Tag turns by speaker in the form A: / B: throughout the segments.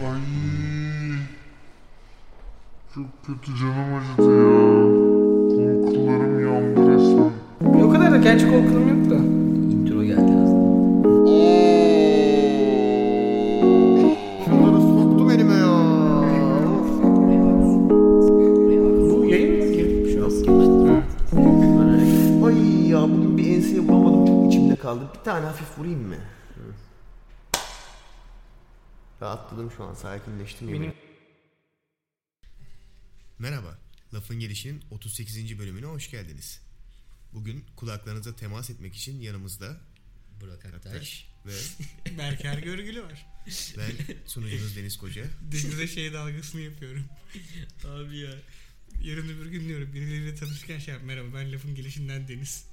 A: Ay. Çok kötü canım acıdı ya. Korkularım yandı resmen.
B: O kadar da gerçek korkulum yok da.
C: Intro geldi aslında.
D: Şunları soktum elime ya. Of.
B: Bu yayın mı ki?
C: Şu an Böyle
D: Ay ya bugün bir enseye vuramadım çok içimde kaldı. Bir tane hafif vurayım mı? Hı. Rahatladım şu an sakinleştim. Benim...
E: Merhaba, Lafın Gelişi'nin 38. bölümüne hoş geldiniz. Bugün kulaklarınıza temas etmek için yanımızda
C: Burak Aktaş.
E: Taş ve
F: Berker Görgülü var.
E: ben sunucunuz Deniz Koca.
F: Denize şey dalgasını yapıyorum. Abi ya. Yarın öbür gün diyorum birileriyle tanışırken şey yap. Merhaba ben lafın gelişinden Deniz.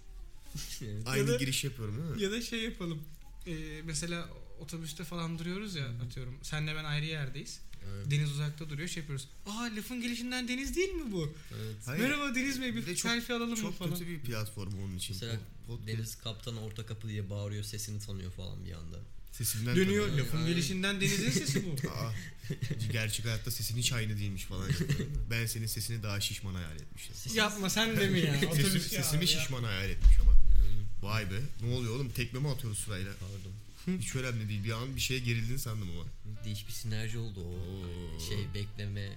E: Aynı
F: da-
E: giriş yapıyorum değil mi?
F: Ya da şey yapalım. Ee, mesela otobüste falan duruyoruz ya atıyorum. Senle ben ayrı yerdeyiz. Deniz uzakta duruyor şey yapıyoruz. Aa lafın gelişinden Deniz değil mi bu?
E: Hayır,
F: Merhaba Deniz Bey bir,
E: Bir de çok-
F: selfie alalım mı
E: çok
F: falan.
E: kötü bir platform onun için.
C: Mesela
E: Po- podcast
C: Deniz kaptan orta kapı diye bağırıyor sesini tanıyor falan bir anda.
E: Sesimden
F: Dönüyor
E: tanıyorum.
F: lafın gelişinden Deniz'in sesi bu.
E: Aa, gerçek hayatta sesin hiç aynı değilmiş falan. ben senin sesini daha şişman hayal etmiştim.
F: Yapma sen de mi ya?
E: Sesim,
F: Otobüs ya
E: sesimi
F: şey abi ya.
E: şişman hayal etmiş ama. Vay be. Ne oluyor oğlum? Tekme mi atıyoruz sırayla?
C: Pardon.
E: Hiç önemli değil. Bir an bir şeye gerildin sandım ama.
C: Değişik bir sinerji oldu o.
E: Oo.
C: Şey bekleme.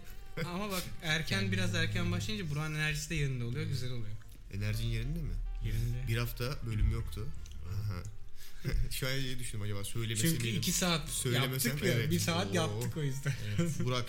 F: Ama bak erken biraz erken başlayınca Burak'ın enerjisi de yanında oluyor güzel oluyor.
E: Enerjin yerinde mi?
F: Yerinde.
E: Bir hafta bölüm yoktu. Aha. Şu an iyi düşündüm acaba söylemesem
F: Çünkü
E: miydim?
F: iki saat
E: Söylemesem
F: yaptık ya.
E: evet.
F: Bir saat
E: Oo.
F: yaptık o yüzden.
E: Burak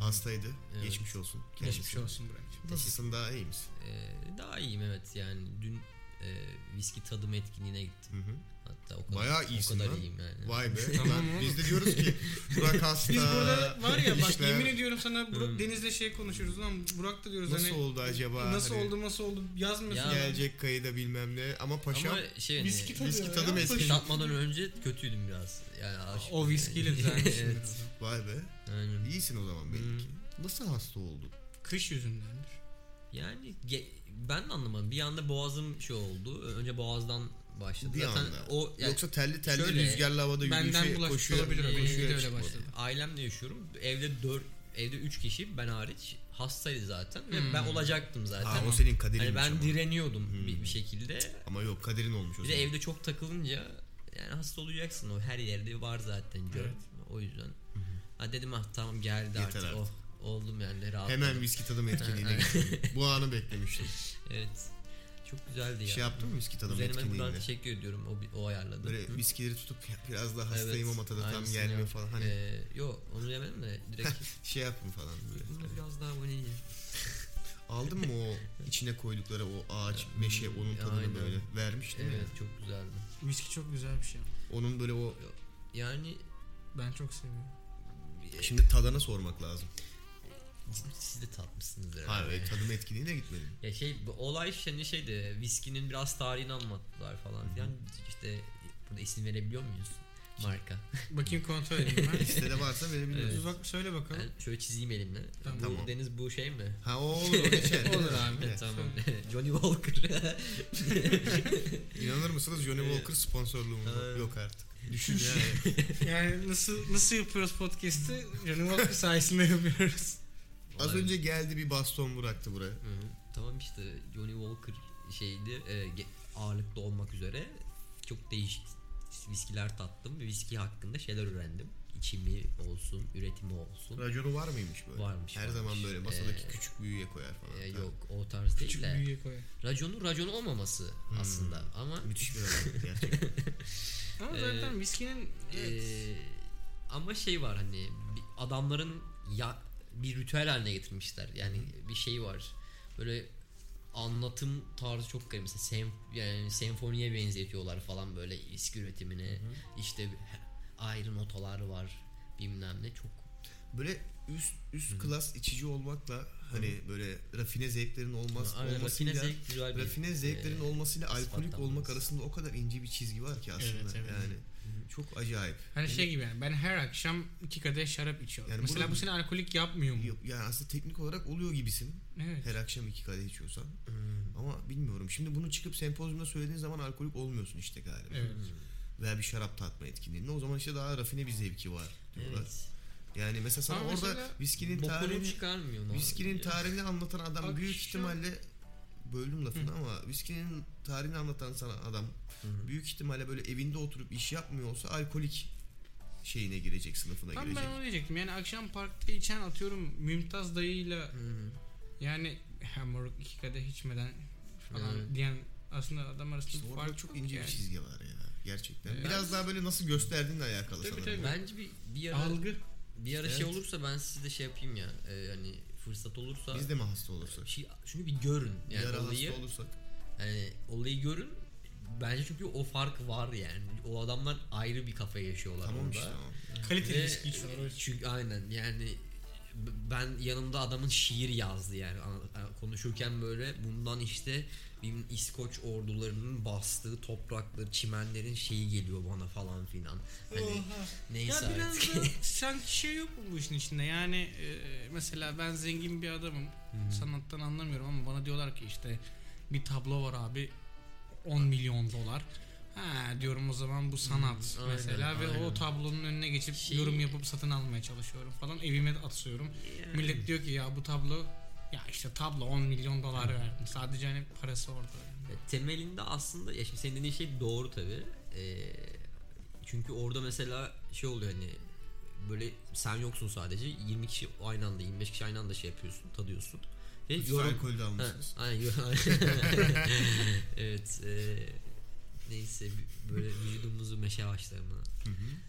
E: hastaydı.
C: Evet.
E: Geçmiş olsun. kendisine.
F: Geçmiş olsun Burak.
E: Nasılsın daha iyi misin?
C: Ee, daha iyiyim evet yani dün e, viski tadım etkinliğine gittim.
E: Hı hı.
C: Hatta o kadar,
E: Bayağı
C: o
E: iyisin
C: kadar
E: lan.
C: iyiyim yani.
E: Vay be.
F: Tamam
E: Lan biz de diyoruz ki Burak hasta.
F: Biz burada var ya bak
E: işler
F: yemin ediyorum sana Burak, Deniz'le şey konuşuyoruz lan Burak da diyoruz
E: Nasıl
F: hani
E: oldu acaba?
F: nasıl
E: Hani
F: oldu nasıl oldu yazmıyorsun.
C: Ya,
E: Gelecek kayıda bilmem ne. Ama paşam
C: Ama şey hani,
F: Viski tadı
E: viski
F: ya.
E: tadım eski.
C: tatmadan önce kötüydüm biraz. Yani aşık-
F: O viskiyle düzelmişsin.
C: evet.
E: Vay be.
C: Aynen.
E: İyisin o zaman belli ki. Nasıl hasta oldun?
F: Kış yüzündendir.
C: Yani ge- ben de anlamadım. Bir anda boğazım şey oldu. Önce boğazdan başladı.
E: Bir
C: Zaten
E: anda.
C: o yani
E: Yoksa telli telli
C: şöyle,
E: rüzgarlı havada
F: benden
E: yürüyüşe
F: bulaşmış
E: koşuyor.
F: olabilir o, benim
E: koşuya
F: de öyle
E: çıkmadı.
F: başladı.
C: ailemle yaşıyorum. Evde 4 evde 3 kişi ben hariç hastaydı zaten ve
F: Hmm.
C: ben olacaktım zaten.
E: Aa, o senin kaderin.
C: Hani ben
E: ama.
C: direniyordum
E: Hmm.
C: bir, bir şekilde.
E: ama yok kaderin olmuş o
C: Bir
E: zaman.
C: de evde çok takılınca yani hasta olacaksın o her yerde var zaten cör. O yüzden. Ha dedim ah tamam geldi
E: Yeter
C: artık.
E: artık.
C: Oh, oldum yani rahatladım.
E: Hemen viski tadım etkinliğine gittim. Bu anı beklemiştim.
C: Evet. Çok güzeldi ya.
E: Şey yaptın mı viski tadım
C: Üzerime buradan şey
E: etkinliğinde?
C: teşekkür ediyorum. O, bi- o ayarladı. Hı?
E: Böyle viskileri tutup "Ya biraz daha hastayım
C: Evet,
E: ama tadı tam
C: aynısını
E: gelmiyor
C: yap.
E: falan. Hani
C: Ee, yok onu yemedim de direkt
E: şey yapın falan böyle.
C: bunu biraz daha vanilya.
E: Aldın mı o içine koydukları o ağaç, meşe onun tadını
C: Aynen.
E: böyle vermiş değil mi?
C: Evet çok güzeldi.
B: Viski çok güzel bir şey. ama.
E: Onun böyle o
C: Yani
B: Ben çok seviyorum.
E: şimdi tadana sormak lazım.
C: siz de tatmışsınız herhalde.
E: Ha evet tadım etkinliğine gitmedim.
C: Ya şey bu olay hani şeydi viskinin biraz tarihini anlattılar falan filan. İşte burada isim verebiliyor muyuz? Marka.
B: Bakayım kontrol edeyim ben.
E: Listede varsa verebiliriz.
B: Uzak söyle bakalım.
C: Ben şöyle çizeyim elimle.
B: Tamam.
C: Bu,
E: Tamam.
C: Deniz bu şey mi?
E: Ha o olur o geçer.
B: Olur abi.
E: Evet.
C: tamam. Johnny Walker.
E: İnanır mısınız Johnny Walker sponsorluğumuz
C: Evet.
E: yok artık. Düşün yani.
B: Yani nasıl nasıl yapıyoruz podcast'i? Johnny Walker sayesinde yapıyoruz.
E: Az önce geldi bir baston bıraktı
C: Hı
E: buraya.
C: hı. Tamam işte Johnny Walker şeydi e, ge- ağırlıklı olmak üzere çok değişik viskiler tattım ve viski hakkında şeyler öğrendim. İçimi olsun, üretimi olsun.
E: Raconu var mıymış böyle?
C: Varmış,
E: Her
C: varmış.
E: zaman böyle masadaki
C: Ee,
E: küçük büyüğe koyar falan.
C: E,
E: Ha,
C: yok o tarz değil
B: Küçük
C: de.
B: büyüğe koy.
C: Raconun racon olmaması aslında ama
E: Müthiş bir adam gerçekten.
B: Ama zaten viskinin evet.
C: e, ama şey var hani bir- adamların ya bir ritüel haline getirmişler. Yani bir şey var. Böyle anlatım tarzı çok garip. Mesela sem, yani senfoniye benzetiyorlar falan böyle viski üretimini. İşte ayrı notalar var bilmem ne çok
E: böyle üst üst klas içici olmakla hani böyle rafine zevklerin olmaz
C: Aynen,
E: olmasıyla
C: rafine zevk güzel bir,
E: rafine zevklerin
C: e,
E: olmasıyla alkolik
C: ispatlanmaz.
E: olmak arasında o kadar ince bir çizgi var ki aslında
B: Evet, evet.
E: yani çok acayip.
B: Hani şey gibi yani ben her akşam iki kadeh şarap içiyorum.
E: Yani
B: Mesela
E: burada-
B: bu seni alkolik yapmıyor mu?
E: Yani aslında teknik olarak oluyor gibisin.
B: Evet.
E: Her akşam iki kadeh içiyorsan.
C: Hmm.
E: Ama bilmiyorum. Şimdi bunu çıkıp sempozyumda söylediğin zaman alkolik olmuyorsun işte galiba.
B: Evet.
E: Veya bir şarap tatma etkinliğinde. O zaman işte daha rafine bir zevki var diyorlar.
C: Evet.
E: Yani mesela sana
B: Ama
E: orada
B: mesela şey-
E: viskinin
C: Bokunu
E: tarihini
C: çıkarmıyor mu?
E: viskinin
C: abi?
E: tarihini anlatan adam
B: Bak
E: büyük
B: şu-
E: ihtimalle böldüm lafını ama viskinin tarihini anlatan sana adam
C: hı.
E: büyük ihtimalle böyle evinde oturup iş yapmıyor olsa alkolik şeyine girecek sınıfına
B: Tam ben
E: girecek.
B: onu diyecektim. Yani akşam parkta içen atıyorum Mümtaz dayıyla
C: Hı hı.
B: yani "Ha, moruk iki kadeh içmeden falan
C: Evet.
B: diyen aslında adam arasında
E: İşte
B: bir
E: orada
B: fark
E: çok ince
B: yani.
E: bir şey- çizgi var ya gerçekten.
B: Evet.
E: Biraz daha böyle nasıl gösterdiğinle alakalı
B: Tabii,
E: sanırım.
B: tabii.
C: Bence bir, bir ara
B: Algı.
C: bir ara şey
E: Evet.
C: olursa ben sizde şey yapayım ya. e, hani fırsat olursa
E: Biz de mi hasta olursak?
C: şey, şunu bir görün
E: Bir
C: yani
E: ara
C: olayı.
E: hasta olursak.
C: Yani olayı görün. Bence çünkü o fark var yani. O adamlar ayrı bir kafa yaşıyorlar
E: Tamam
C: orada.
E: işte tamam.
B: Kaliteli
C: Ve-
B: ilişki içiyorlar. evet.
C: Çünkü aynen yani b- ben yanımda adamın şiir yazdı yani An- konuşurken böyle bundan işte bilmem İskoç ordularının bastığı toprakları çimenlerin şeyi geliyor bana falan filan. Hani
B: Ya
C: neyse
B: biraz
C: artık.
B: da sanki şey yok mu bu işin içinde? Yani e, mesela ben zengin bir adamım. Sanattan anlamıyorum ama bana diyorlar ki işte bir tablo var abi 10 milyon dolar. Ha diyorum o zaman bu sanat
C: Hı, aynen,
B: mesela ve
C: aynen.
B: o tablonun önüne geçip
C: Şey-
B: yorum yapıp satın almaya çalışıyorum falan evime de atıyorum. Millet diyor ki ya bu tablo ya işte tablo 10 milyon dolar verdim. Sadece hani parası orada.
C: E, Temelinde aslında ya şimdi senin dediğin şey doğru tabi. çünkü orada mesela şey oluyor hani böyle sen yoksun sadece 20 kişi aynı anda 25 kişi aynı anda şey yapıyorsun tadıyorsun. Ve
E: Hiç
C: E, yorum-
E: alkolü de
C: Ha,
E: almışsınız.
C: aynen, yorum- evet e, neyse bi- böyle vücudumuzu meşe başlarına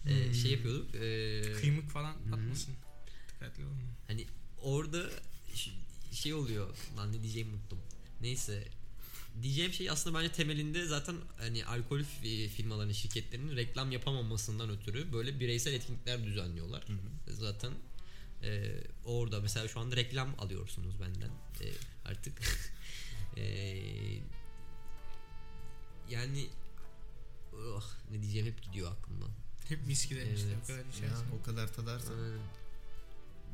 C: e, şey yapıyorduk. e,
B: Kıymık falan atmasın. Dikkatli olun.
C: hani orada ş- şey oluyor lan ne diyeceğimi unuttum. Neyse diyeceğim şey aslında bence temelinde zaten hani alkol fi- firmalarının şirketlerinin reklam yapamamasından ötürü böyle bireysel etkinlikler düzenliyorlar. Zaten e, orada mesela şu anda reklam alıyorsunuz benden e, artık. E, yani oh, ne diyeceğim hep gidiyor aklımdan.
B: Hep viski de işte
C: Evet.
B: o kadar şey
E: Ya,
B: içersin.
E: Şey, o kadar tadarsan.
C: Ee,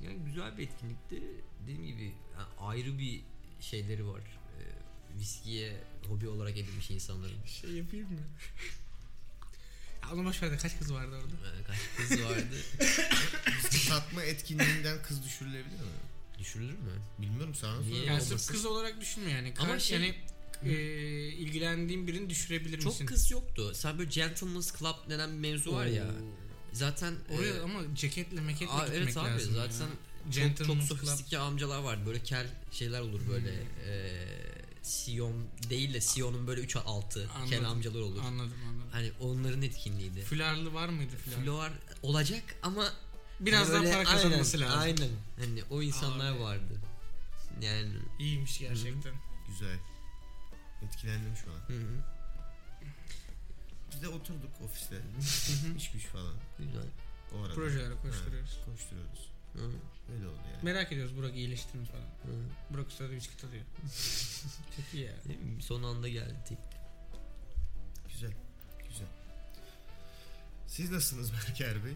C: Yani güzel bir etkinlikti. Dediğim gibi yani ayrı bir şeyleri var. Ee, Viskiye hobi olarak edinmiş insanların.
B: Şey yapayım mı? Ya onu boş ver de kaç kız vardı orada?
C: Ee, Kaç kız vardı.
E: Satma etkinliğinden kız düşürülebilir mi?
C: Düşürülür mü?
E: Bilmiyorum sana
C: Niye?
E: sorayım.
B: Yani
C: olmasın?
B: sırf kız olarak düşünme yani.
C: Ama
B: Ama
C: şey-
B: yani e, ilgilendiğin birini düşürebilir misin?
C: Çok kız yoktu. Sen böyle Gentleman's Club denen bir mevzu var ya. Zaten
B: Oraya
C: e,
B: ama ceketle meketle
C: Aa,
B: gitmek
C: evet abi
B: lazım. ya.
C: zaten çok, çok
B: Gentleman's Hmm.
C: sofistike amcalar var. Böyle kel şeyler olur böyle. E, Sion değil de Sion'un böyle 3 altı kel
B: Anladım.
C: amcalar olur.
B: Anladım anladım.
C: Hani onların etkinliğiydi.
B: Fularlı var mıydı fular?
C: Flor olacak ama
B: Biraz
C: hani
B: daha
C: böyle
B: para kazanması
C: aynen,
B: lazım.
C: Aynen. Hani o insanlar
B: Abi.
C: vardı. Yani
B: İyiymiş gerçekten.
E: Güzel. Etkilendim şu an.
C: hı hı,
E: Biz de oturduk ofiste. İş güç falan.
C: güzel.
E: O arada.
B: Projelere
E: Ha,
B: koşturuyoruz.
E: koşturuyoruz.
C: Hı hı,
E: Öyle oldu yani.
B: Merak ediyoruz Burak iyileşti mi falan.
C: hı.
B: Burak sadece içki tadıyor. Çok iyi ya.
C: Ne bileyim, E, Son anda geldi teklif.
E: Güzel. Güzel. Siz nasılsınız Berker Bey?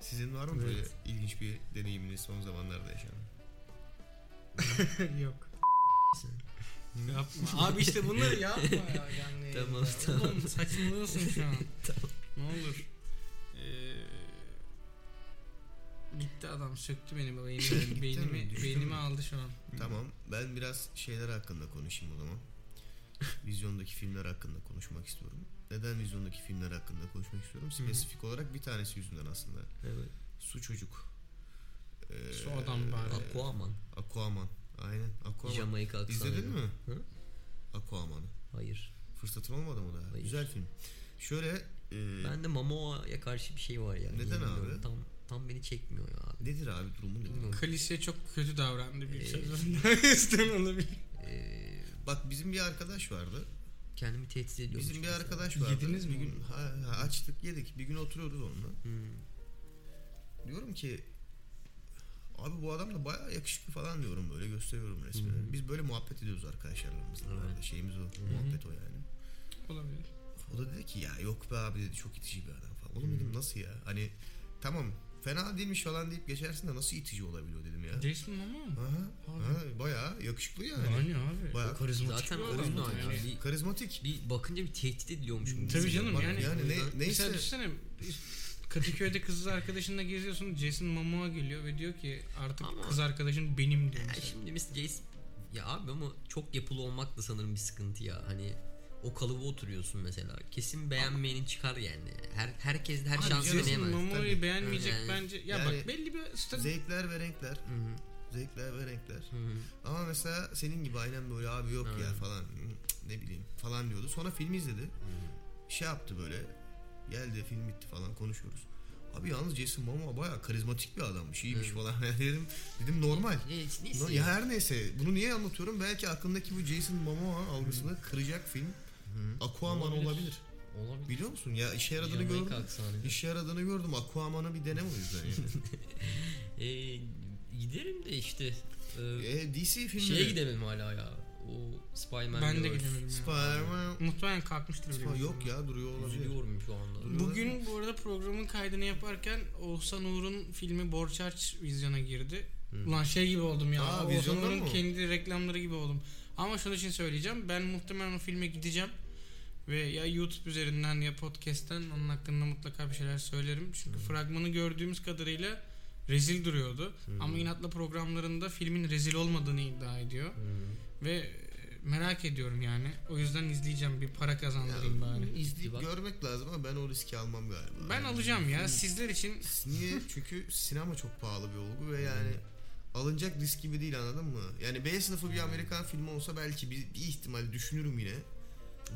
E: Sizin var mı böyle
C: Evet.
E: ilginç bir deneyiminiz son zamanlarda yaşanan?
B: Yok. yapma. Abi işte bunu yapma ya yani.
C: Tamam,
B: Ya
C: tamam.
B: Oğlum saçmalıyorsun şu an. Ne olur. Ee, gitti adam söktü beni baba. Beynimi,
E: mi?
B: beynimi,
E: Düştü
B: beynimi
E: mü?
B: aldı şu an.
E: Tamam. Ben biraz şeyler hakkında konuşayım o zaman. Vizyondaki filmler hakkında konuşmak istiyorum. Neden vizyondaki filmler hakkında konuşmak istiyorum? Spesifik olarak bir tanesi yüzünden aslında.
C: Evet.
E: Su çocuk. Ee,
B: Su adam bari.
C: Aquaman.
E: Aquaman. Aynen. Aquaman.
C: Jamaika aksanı.
E: İzledin mi?
C: Hı?
E: Aquaman'ı.
C: Hayır.
E: Fırsatın olmadı mı daha?
C: Hayır.
E: Güzel film. Şöyle e,
C: Bende Momoa'ya karşı bir şey var yani.
E: Neden
C: Yemin
E: abi?
C: ediyorum. Tam, tam beni çekmiyor ya abi.
E: nedir abi durumu nedir?
C: Bilmiyorum.
B: Kalise çok kötü davrandı bir
C: Ee,
B: sezonda. Üstten olabilir.
C: Ee,
E: Bak bizim bir arkadaş vardı.
C: kendimi tehdit ediyorum.
E: Bizim bir arkadaş vardı.
B: şey. Yediniz mi? Hmm.
E: Bir gün ha, ha, açtık yedik. Bir gün oturuyoruz onunla. Diyorum ki abi bu adam da bayağı yakışıklı falan diyorum böyle gösteriyorum resmini.
B: Hmm.
E: Biz böyle muhabbet ediyoruz arkadaşlarımızla.
C: Evet.
E: arada. Şeyimiz o. Muhabbet o yani.
B: Olabilir.
E: O da dedi ki ya yok be abi dedi çok itici bir adam falan.
B: Hmm.
E: Oğlum dedim nasıl ya? Hani tamam fena değilmiş falan deyip geçersin de nasıl itici olabiliyor dedim ya.
B: Jason Momoa mı?
E: Aha, ha, bayağı yakışıklı yani.
B: Yani abi.
E: Bayağı
B: Karizmatik
C: Zaten
B: bir
C: o yüzden
B: adam
C: ya.
B: yani.
C: Bir,
E: karizmatik.
C: bir bakınca bir tehdit ediliyormuş.
B: Tabii canım
E: Bak
B: yani.
E: yani ne-
B: Mesela
E: neyse
B: düşünsene Kadıköy'de kız arkadaşınla geziyorsun. Jason Momoa geliyor ve diyor ki artık
C: Ama-
B: kız arkadaşın benim diyor.
C: Ya
B: mesela.
C: şimdi Mr. Jace ya abi ama çok yapılı olmak da sanırım bir sıkıntı ya. Hani o kalıba oturuyorsun mesela. Kesin beğenmeyenin çıkar yani. Her herkes de her
E: Abi
C: şansı
E: canım,
B: Jason
C: deneyemez.
B: Momoa'yı
E: Tabii.
B: beğenmeyecek
C: Yani-
B: bence. Ya
E: Yani-
B: bak belli bir statü
E: Zevkler ve renkler. Zevkler ve renkler. Ama mesela senin gibi aynen böyle abi yok ya falan cık, ne bileyim falan diyordu. Sonra filmi izledi. Şey yaptı böyle. Geldi film bitti falan konuşuyoruz. Abi yalnız Jason Momoa bayağı karizmatik bir adammış. iyiymiş falan dedim. Dedim normal.
C: Ne, neyse
E: No- ya her neyse bunu niye anlatıyorum? Belki aklındaki bu Jason Momoa algısını kıracak film Aquaman
C: Olabilir.
E: olabilir.
C: Olabilir.
E: Biliyor musun? Ya işe yaradığını
C: Jamaika
E: gördüm.
C: aksanı.
E: İşe yaradığını gördüm. Aquaman'ı bir deneme o yüzden yani.
C: Ee, giderim de işte. Ee,
E: E, DC filmi.
C: şeye gidemedim hala ya. O Spider-Man
B: ben de
C: Universe.
B: gidemedim. ya.
E: Spider-Man.
B: Muhtemelen kalkmıştır. bile
E: Spider-
B: mesela.
E: yok ya duruyor olabilir.
C: Üzülüyorum şu anda.
B: Bugün bu arada programın kaydını yaparken Oğuzhan Uğur'un filmi Borçaç vizyona girdi. Ulan şey gibi oldum ya.
E: Aa,
B: Oğuzhan
E: vizyonda
B: Uğur'un
E: mı?
B: kendi reklamları gibi oldum. Ama şunun için söyleyeceğim. Ben muhtemelen o filme gideceğim. Ve ya YouTube üzerinden ya podcast'ten onun hakkında mutlaka bir şeyler söylerim. Çünkü fragmanı gördüğümüz kadarıyla rezil duruyordu. Ama inatla programlarında filmin rezil olmadığını iddia ediyor. Ve e, merak ediyorum yani. O yüzden izleyeceğim bir para kazandırayım bari.
E: İzleyip
C: Bak.
E: görmek lazım ama ben o riski almam galiba.
B: Ben
E: Yani.
B: alacağım ya. Sizler için
E: Niye? Çünkü sinema çok pahalı bir olgu ve yani alınacak risk gibi değil anladın mı? Yani B sınıfı bir Amerikan filmi olsa belki bir, bir ihtimal düşünürüm yine.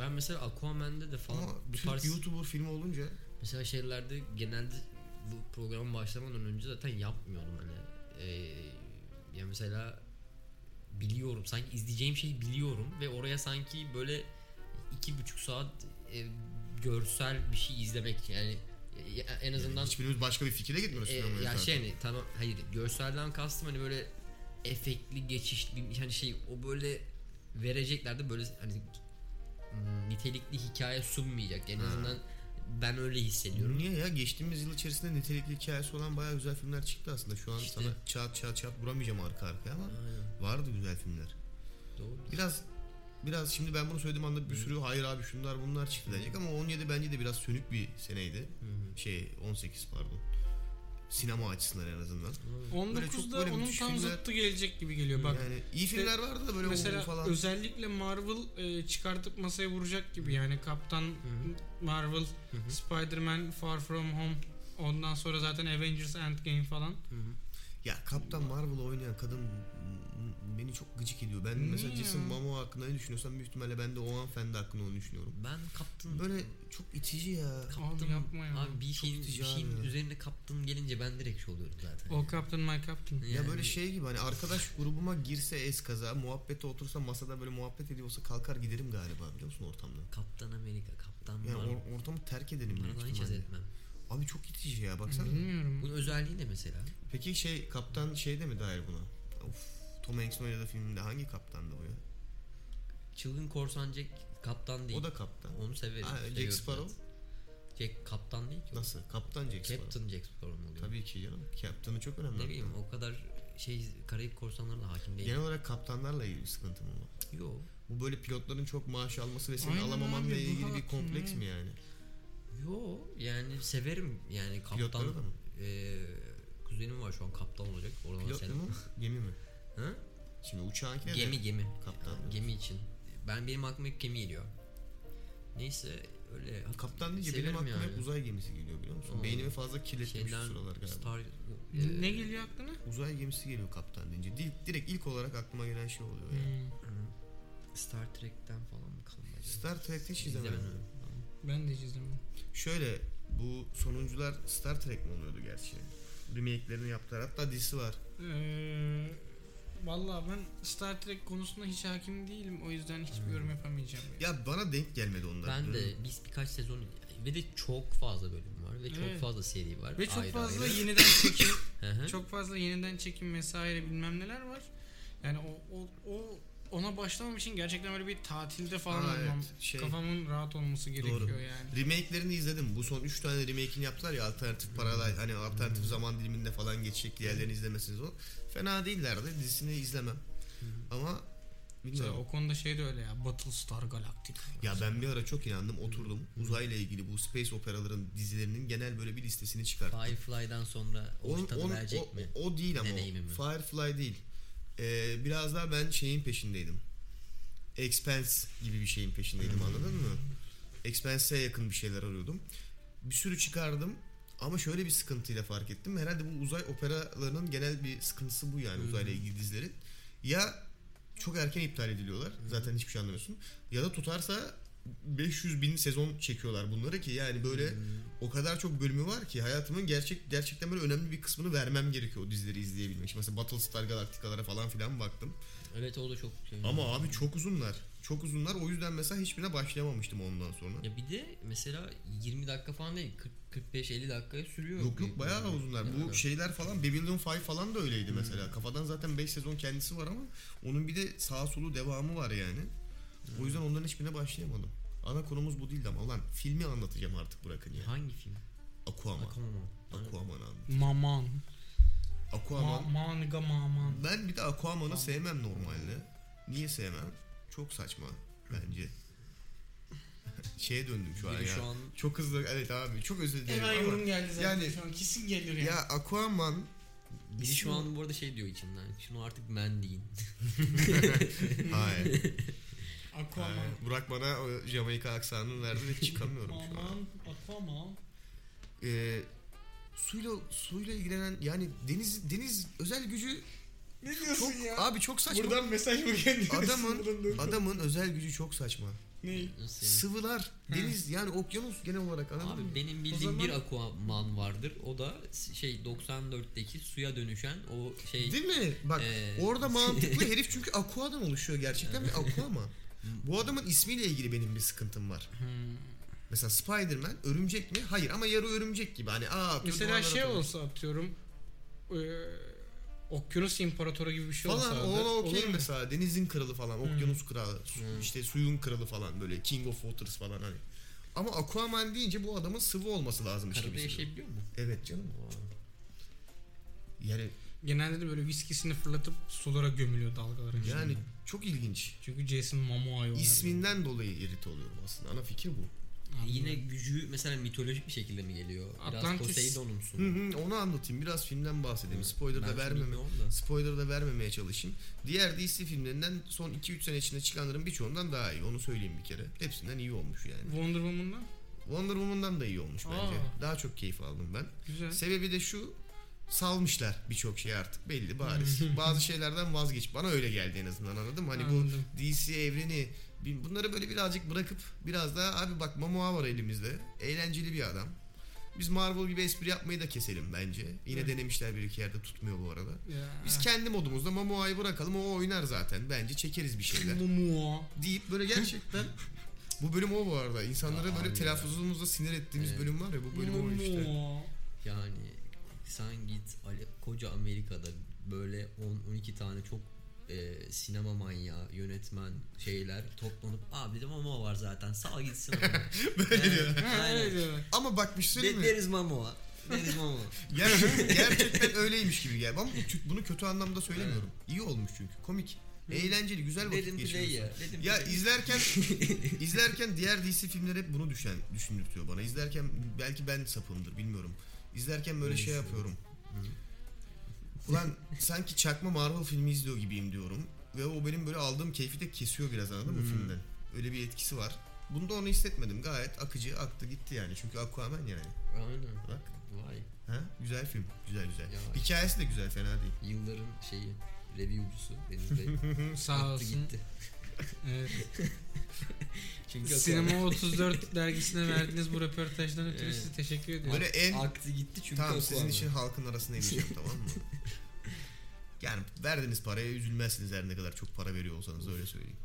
C: Ben mesela Aquaman'de de falan
E: Ama
C: bu
E: Türk
C: tarz
E: YouTuber filmi olunca
C: mesela şeylerde genelde bu programa başlamadan önce zaten yapmıyordum hani. Ee, ya mesela biliyorum sanki izleyeceğim şeyi biliyorum ve oraya sanki böyle iki buçuk saat e, görsel bir şey izlemek yani e, en azından
E: hiçbirimiz başka bir fikire gitmiyoruz
C: e,
E: sinemaya
C: ya
E: zaten.
C: şey hani tamam hayır görselden kastım hani böyle efektli geçişli hani şey o böyle vereceklerdi böyle hani mm, nitelikli hikaye sunmayacak en azından ben öyle hissediyorum.
E: Niye ya? Geçtiğimiz yıl içerisinde nitelikli hikayesi olan bayağı güzel filmler çıktı aslında. Şu an
C: İşte.
E: sana çat çat çat vuramayacağım arka arkaya ama vardı güzel filmler.
C: Doğru.
E: Biraz biraz şimdi ben bunu söylediğim anda bir sürü hayır abi şunlar bunlar çıktı diyecek ama 17 bence de biraz sönük bir seneydi. Şey 18 pardon. Sinema açısından en azından.
B: 19'da
E: böyle
B: onun
E: müthiş
B: tam
E: filmler-
B: zıttı gelecek gibi geliyor bak.
E: yani iyi filmler vardı da böyle
B: Mesela
E: o falan.
B: özellikle Marvel e, çıkartıp masaya vuracak gibi
E: Hmm.
B: yani Kaptan Marvel, Spider-Man Far From Home, ondan sonra zaten Avengers Endgame falan.
E: Ya Kaptan Marvel oynayan kadın beni çok gıcık ediyor. Ben mesela
B: Niye
E: Jason
B: ya?
E: Momoa hakkında ne düşünüyorsam büyük ihtimalle ben de o hanımefendi hakkında onu düşünüyorum.
C: Ben kaptım.
E: Böyle çok itici ya.
B: Abi yapma ya.
C: Abi bir şeyin, bir
E: ticari
C: şeyin
E: ya.
C: üzerine kaptım gelince ben direkt şey oluyorum zaten.
E: Hmm.
B: O Captain My Captain.
E: Ya böyle şey gibi hani arkadaş grubuma girse eskaza, muhabbete otursa masada böyle muhabbet ediyorsa kalkar giderim galiba biliyor musun ortamdan.
C: Kaptan Amerika, Kaptan
E: Yani
C: Marvel.
E: or- ortamı terk edelim büyük
C: Bunlardan hiç haz
E: ihtimalle.
C: etmem.
E: Abi çok itici ya baksana.
B: Bilmiyorum.
C: Bunun özelliği ne mesela?
E: Peki şey kaptan şey de mi dahil buna? Of Tom Hanks'in oynadığı filmde hangi kaptandı o ya?
C: Çılgın korsan Jack kaptan değil.
E: O da kaptan.
C: Onu severim.
E: Ha,
C: seviyorum
E: Jack Sparrow?
C: zaten. Jack kaptan değil ki. o.
E: Nasıl? Kaptan Jack Sparrow.
C: Captain Jack Sparrow mu oluyor?
E: Tabii ki canım. Kaptanı çok önemli.
C: Ne bileyim o kadar şey Karayip korsanlarına hakim değilim.
E: Genel olarak kaptanlarla ilgili bir sıkıntı mı var?
C: Yok.
E: Bu böyle pilotların çok maaş alması ve seni
B: Aynen abi,
E: alamamanla
B: bu
E: ilgili bir
B: hakkı
E: kompleks
B: ne?
E: mi yani?
C: Yo yani severim yani kaptan.
E: Pilotları da mı?
C: Eee, Ee, kuzenim var şu an kaptan olacak. Oradan
E: Pilot
C: selam.
E: mu? Gemi mi?
C: Ha?
E: Şimdi uçağınkine de-
C: Gemi gemi.
E: Kaptan.
C: Yani gemi için. Ben benim aklıma hep gemi geliyor. Neyse öyle.
E: Kaptan deyince
C: Severim
E: benim aklıma
C: yani.
E: hep uzay gemisi geliyor biliyor musun?
C: Oo.
E: Beynimi fazla kirletmiş şu
C: Şeyden
E: sıralar galiba.
C: Star,
E: e,
B: Ne- Ne
C: eee,
B: geliyor aklına?
E: Uzay gemisi geliyor kaptan deyince. Direkt, direkt ilk olarak aklıma gelen şey oluyor yani.
B: Hmm,
C: Star Trek'ten falan mı kalmadı?
E: Star Trek'te hiç izlemedim.
C: İzlemedim.
B: Ben de hiç izlemedim.
E: Şöyle bu sonuncular Star Trek mi oluyordu gerçi? Remake'lerini yaptılar. Hatta dizisi var.
B: Ee, Vallahi ben Star Trek konusunda hiç hakim değilim. O yüzden hiçbir yorum yapamayacağım. yani.
E: Hmm. Ya bana denk gelmedi onlar.
C: Ben
E: biliyor musun?
C: de biz birkaç sezon ve de çok fazla bölüm var ve çok
B: Evet.
C: fazla seri var.
B: Ve çok
C: Ayrı
B: fazla
C: ayrı.
B: yeniden çekim
C: Hı hı.
B: çok fazla yeniden çekim vesaire bilmem neler var. Yani o, o, o ona başlamam için gerçekten böyle bir tatilde falan
E: Aa,
B: olmam,
E: evet, şey-
B: kafamın rahat olması gerekiyor
E: Doğru.
B: yani.
E: Remake'lerini izledim. Bu son 3 tane remake'ini yaptılar ya alternatif paralel hani alternatif
C: Hmm.
E: zaman diliminde
C: Hmm.
E: falan geçecek diğerlerini izlemesiniz o. Fena değillerdi. Dizisini izlemem. Ama
F: Mesela
E: Bilmiyorum.
F: o konuda şey de öyle ya. Battlestar Galactica.
E: Ya ben bir ara çok inandım oturdum uzayla ilgili bu space operaların dizilerinin genel böyle bir listesini çıkarttım.
C: Firefly'dan sonra o
E: On-
C: tadı
E: on-
C: verecek
E: o,
C: mi?
E: o değil ama o.
C: Deneyimi mi?
E: Firefly değil. Ee, biraz daha ben şeyin peşindeydim. Expense gibi bir şeyin
C: Hmm.
E: peşindeydim anladın mı? Expense'e yakın bir şeyler arıyordum. Bir sürü çıkardım ama şöyle bir sıkıntıyla fark ettim. Herhalde bu uzay operalarının genel bir sıkıntısı bu
C: Hmm.
E: yani uzayla ilgili dizilerin. Ya çok erken iptal ediliyorlar.
C: Hmm.
E: Zaten hiçbir şey anlamıyorsun. Ya da tutarsa 500 bin sezon çekiyorlar bunları ki yani böyle
C: Hmm.
E: o kadar çok bölümü var ki hayatımın gerçek gerçekten böyle önemli bir kısmını vermem gerekiyor o dizileri izleyebilmek için. Mesela Battlestar Galactica'lara falan filan baktım.
C: Evet o da çok
E: Ama abi çok uzunlar. Çok uzunlar. O yüzden mesela hiçbirine başlayamamıştım ondan sonra.
C: Ya bir de mesela 20 dakika falan değil 45-50 dakika sürüyor.
E: Yok yok Hmm.
C: Bir-
E: bayağı uzunlar. Bu şey-
C: Yani.
E: şeyler falan Babylon 5 falan da öyleydi mesela. Kafadan zaten 5 sezon kendisi var ama onun bir de sağ solu devamı var yani. O yüzden onların hiçbirine başlayamadım. Ana konumuz bu değildi ama lan filmi anlatacağım artık bırakın ya.
C: Hangi film?
E: Aquaman.
C: Bakamam.
E: Aquaman abi.
F: Maman. Ma-
E: Aquaman.
F: manga maman.
E: Ben bir de Aquaman'ı sevmem normalde. Niye sevmem? Çok saçma bence. Şeye döndüm şu an
C: Biri
E: ya.
C: şu an-
E: Çok hızlı evet abi çok özür dilerim
F: Hemen
E: ama-
F: yorum geldi zaten
E: Yani-
F: şu an kesin gelir yani.
E: Ya Aquaman
C: Biri şu an bu arada şey diyor içimden. Şunu artık ben deyin.
E: Hayır.
F: Aquaman.
E: Ee, Burak bana o Jamaika aksanını verdi ve çıkamıyorum şu an.
F: Maman, Aquaman.
E: Ee, suyla suyla ilgilenen yani deniz deniz özel gücü
F: Ne diyorsun
E: çok
F: ya?
E: abi çok saçma.
F: Buradan mesaj mı geldi?
E: adamın adamın özel gücü çok saçma.
F: ne?
C: Nasıl yani?
E: Sıvılar, deniz yani okyanus genel olarak anladın mı?
C: Abi benim bildiğim
F: zaman-
C: bir Aquaman vardır. O da şey 94'teki suya dönüşen o şey
E: Değil mi? Bak
C: Ee,
E: orada mantıklı herif çünkü Aqua'dan oluşuyor gerçekten bir Aqua ama.
F: Hmm.
E: Bu adamın ismiyle ilgili benim bir sıkıntım var. Mesela Spider-Man örümcek mi? Hayır ama yarı örümcek gibi. Hani aa atıyor,
F: Mesela
E: duvarlara
F: şey
E: atıyor.
F: olsa atıyorum. eee, Okyanus imparatoru gibi bir şey olsa.
E: falan
F: adı,
E: ona okey
F: olur mu? Hmm.
E: mesela denizin kralı falan okyanus kralı su- işte suyun kralı falan böyle king of waters falan hani. Ama Aquaman deyince bu adamın sıvı olması lazım işte.
C: karada yaşayabiliyor mu?
E: Evet canım. Yani
F: Genelde de böyle viskisini fırlatıp sulara gömülüyor dalgaların içinde.
E: yani çok ilginç.
F: Çünkü Jason Momoa oynuyor.
E: İsminden dolayı irite oluyorum aslında. Ana fikir bu.
F: Anladım.
C: Yine gücü mesela mitolojik bir şekilde mi geliyor? Biraz
F: Atlantis.
E: Hı
C: Poseidon'umsun.
E: hı, onu anlatayım. Biraz filmden bahsedeyim. Spoiler
C: Ben
E: da
C: şimdi
E: vermeme.
C: bilmiyorum da.
E: Spoiler da vermemeye çalışayım. Diğer DC filmlerinden son 2-3 sene içinde çıkanların birçoğundan daha iyi. Onu söyleyeyim bir kere. Hepsinden iyi olmuş yani.
F: Wonder Woman'dan
E: Wonder Woman'dan da iyi olmuş bence.
F: Aa.
E: Daha çok keyif aldım ben.
F: güzel.
E: Sebebi de şu salmışlar birçok şey artık belli bariz. Bazı şeylerden vazgeç. Bana öyle geldi en azından anladım. Hani
F: Anladım.
E: bu DC evreni bin- bunları böyle birazcık bırakıp biraz daha abi bak Momoa var elimizde. Eğlenceli bir adam. Biz Marvel gibi espri yapmayı da keselim bence. Yine denemişler bir iki yerde tutmuyor bu arada.
F: Ya.
E: Biz kendi modumuzda Momoa'yı bırakalım o oynar zaten. Bence çekeriz bir şeyler
F: Momoa.
E: deyip böyle gerçekten bu bölüm o bu arada. İnsanlara
C: Aa,
E: böyle
C: abi.
E: telaffuzumuzda sinir ettiğimiz
C: Evet.
E: bölüm var ya bu bölüm o işte.
F: Momoa.
C: Yani sen git Ali, koca Amerika'da böyle 10-12 tane çok e, sinema manyağı, yönetmen şeyler toplanıp abi dedim Momoa var zaten sağ gitsin Böyle diyor.
F: Ha, öyle
C: Aynen.
F: diyor.
E: Ama bak bir şey söyleyeyim
C: De-
E: mi?
C: Deriz Momoa. Deriz Momoa.
E: Ger- gerçekten öyleymiş gibi geldi ama kö- bunu kötü anlamda söylemiyorum. İyi olmuş çünkü komik. Eğlenceli, güzel vakit
C: Dedim play
E: geçiriyorsun.
C: ya. Dedim
E: Ya
C: play.
E: izlerken izlerken diğer DC filmleri hep bunu düşen düşündürtüyor bana. İzlerken belki ben sapımdır bilmiyorum. İzlerken böyle
C: Öyle
E: şey yapıyorum. Ulan sanki çakma Marvel filmi izliyor gibiyim diyorum. Ve o benim böyle aldığım keyfi de kesiyor biraz anladın mı filmden. Öyle bir etkisi var. Bunda onu hissetmedim. Gayet akıcı aktı gitti yani. Çünkü Aquaman yani.
C: Aynen.
E: Bak.
C: Vay.
E: Ha? Güzel film. Güzel güzel.
C: Ya.
E: Hikayesi de güzel fena değil.
C: Yılların şeyi reviewcusu Deniz Bey.
F: Sağ
C: Attı
F: olsun.
C: gitti.
F: Evet.
C: Çünkü
F: Sinema 34 dergisine verdiğiniz bu röportajdan ötürü
C: Evet.
F: size teşekkür ediyorum.
E: Böyle en...
C: Aquaman aktı gitti çünkü
E: tamam
C: Aquaman.
E: sizin için halkın arasına ineceğim tamam mı? Yani verdiğiniz paraya üzülmezsiniz her ne kadar çok para veriyor olsanız öyle söyleyeyim.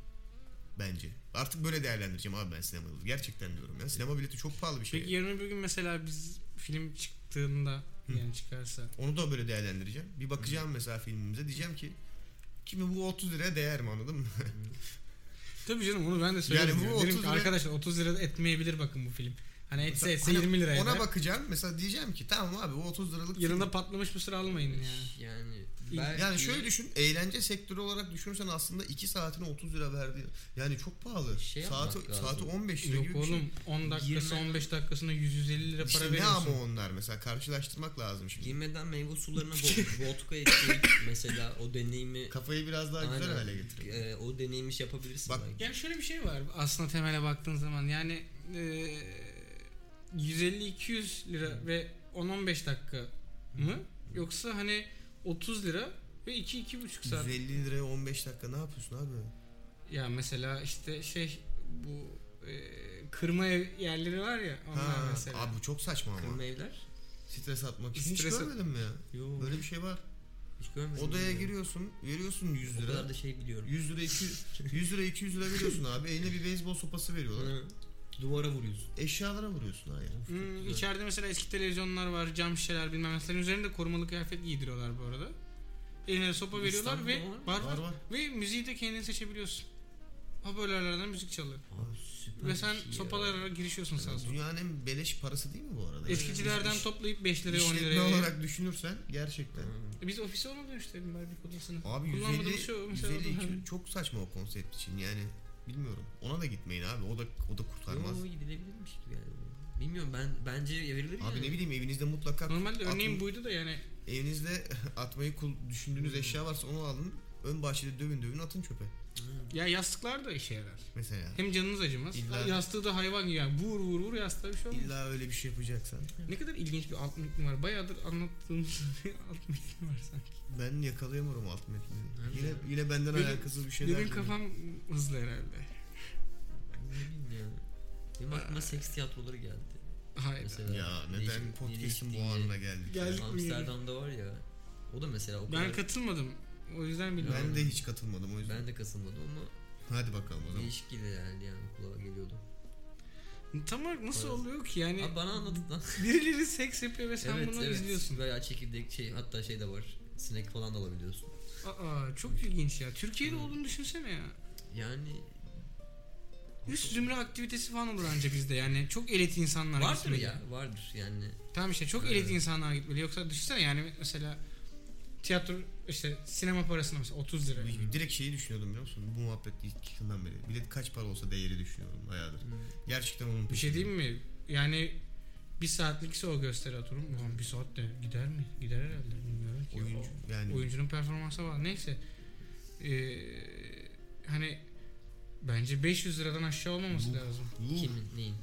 E: Bence. Artık böyle değerlendireceğim abi ben sinemayı. Gerçekten diyorum ya. Sinema bileti çok pahalı bir şey.
F: Peki yarın öbür gün mesela biz film çıktığında yani çıkarsa
E: Onu da böyle değerlendireceğim. Bir bakacağım mesela filmimize diyeceğim ki Kimi bu 30 liraya değer mi anladın mı?
F: Tabii canım onu ben de söyledim.
E: Yani bu
F: ya. Derim
E: 30
F: ki
E: lira-
F: arkadaşlar 30 lira etmeyebilir bakın bu film.
B: Hani etse etse
E: Hani
B: 20 liraya
E: Ona
B: da.
E: bakacağım mesela diyeceğim ki tamam abi o 30 liralık.
B: Yanında patlamış mısır almayın yani.
C: Yani
E: film.
C: belki
E: yani şöyle düşün eğlence sektörü olarak düşünürsen aslında 2 saatine 30 lira verdi. Yani çok pahalı.
C: Şey
E: saati,
C: yapmak lazım.
E: saati 15 lira
B: Yok
E: gibi bir şey.
B: oğlum 10 dakikası
C: 20
B: 15 dakikasına 150 lira para
E: İşte ne
B: veriyorsun.
E: ama onlar mesela karşılaştırmak lazım şimdi.
C: girmeden meyve sularına vo- vodka ekleyip mesela o deneyimi
E: Kafayı biraz daha güzel
C: Aynen.
E: hale getirin.
C: Ee, o deneyimi şey yapabilirsin
E: Bak,
C: belki.
B: Yani şöyle bir şey var aslında temele baktığın zaman yani e, eee, 150-200 lira ve 10-15 dakika mı yoksa hani 30 lira ve 2-2,5 saat.
E: 150 liraya 15 dakika ne yapıyorsun abi?
B: Ya mesela işte şey bu eee, kırma ev yerleri var ya onlar
E: Ha,
B: mesela.
E: abi bu çok saçma ama.
C: Kırma evler?
E: Stres atmak için.
B: Stres-
E: Hiç görmedin mi ya?
C: Yo.
E: Böyle bir şey var.
C: Hiç görmedim.
E: Odaya
C: ben.
E: giriyorsun, veriyorsun 100
C: O kadar
E: lira.
C: da şey biliyorum.
E: 100 lira 200, 100 lira 200 lira veriyorsun abi. Eline bir beyzbol sopası veriyorlar.
C: Hı. Duvara vuruyorsun.
E: Eşyalara vuruyorsun hayır.
B: Hmm, içeride mesela eski televizyonlar var, cam şişeler bilmem ne. Senin üzerinde korumalı kıyafet giydiriyorlar bu arada. Eline sopa veriyorlar
C: İstanbul'da
B: ve
C: var mı?
B: var,
E: Var,
B: var,
E: var.
B: ve müziği de kendin seçebiliyorsun. Hoparlörlerden müzik çalıyor.
C: Abi süper
B: Ve
C: bir
B: sen
C: şey ya.
B: sopalara giriyorsun sağa sola.
E: Dünyanın en beleş parası değil mi bu arada?
B: Eskicilerden
C: şey.
B: toplayıp 5 liraya 10
E: İşletme
B: liraya. E,
E: olarak düşünürsen gerçekten.
B: Biz ofise ona dönüştürelim Barbie odasını.
E: Abi 150,
B: Kullanmadığımız şey o mesela.
E: 150
B: orada.
E: 200 çok saçma o konsept için yani. Bilmiyorum. Ona da gitmeyin abi. O da o da kurtarmaz.
C: Yo, gidilebilirmiş gibi yani. Bilmiyorum ben bence verilir
E: Abi
C: yani.
E: ne bileyim evinizde mutlaka
B: Normalde örneğin
E: atın-
B: buydu da yani
E: evinizde atmayı kul-
B: Hmm.
E: düşündüğünüz eşya varsa onu alın. Ön bahçede dövün dövün atın çöpe.
B: ya yastıklar da işe yarar.
E: Mesela.
B: Hem canınız acımaz.
E: İlla-
B: Yastığı da hayvan gibi yani vur vur vur yastığa bir şey olmaz.
E: İlla öyle bir şey yapacaksan.
B: Ne kadar ilginç bir alt metni var. Bayağıdır anlattığımız bir alt metni var sanki.
E: Ben yakalayamıyorum alt metnini.
C: Nerede?
E: Yine yine benden
B: Benim-
E: alakasız bir şeyler.
B: Benim
E: geliyor.
B: kafam hızlı herhalde.
C: Ne bileyim yani. Benim aklıma seks tiyatroları geldi.
B: Hayda.
C: Mesela
E: Ya neden
C: değişik-
E: podcast'in
C: değişik
E: bu
C: diye.
E: anına geldik? ya?
B: Geldik mi yine?
C: Amsterdam'da var ya. O da mesela o
B: Ben
C: kadar.
B: katılmadım. O yüzden bilmiyorum.
E: Ben de hiç katılmadım o yüzden.
C: ben de kasılmadım ama
E: Hadi bakalım o zaman.
C: değişik gibi yani, yani kulağa geliyordu.
B: Tam olarak nasıl
C: Evet.
B: oluyor ki yani
C: Abi bana anlatın lan.
B: birileri seks yapıyor ve sen bunu izliyorsun.
C: Bayağı çekirdek şey hatta şey de var. Sinek falan da alabiliyorsun.
B: Aa çok ilginç ya. Türkiye'de olduğunu düşünsene ya.
C: Yani
B: Üst zümre aktivitesi falan olur anca bizde yani. Çok elit insanlar
C: vardır
B: gitmeli.
C: ya vardır yani.
B: Tamam işte çok
C: Evet.
B: elit insanlar gitmeli. Yoksa düşünsene yani mesela tiyatro işte sinema parasına mesela 30 lira.
E: Direkt şeyi düşünüyordum biliyor musun? Bu muhabbet ilk yıldan beri. Bilet kaç para olsa değeri düşünüyorum bayağıdır.
C: Hmm.
E: Gerçekten onun
B: Bir şey
E: peşindeyim.
B: diyeyim mi? Yani bir saatlikse o gösteri atıyorum. Ulan bir saat de gider mi? Gider herhalde. Bilmiyorum ki.
E: Oyuncu yani
B: O- Oyuncunun performansı var. Neyse. Ee, hani bence 500 liradan aşağı olmaması
E: Bu-
B: lazım.
E: Yuh,
C: Kimin neyin?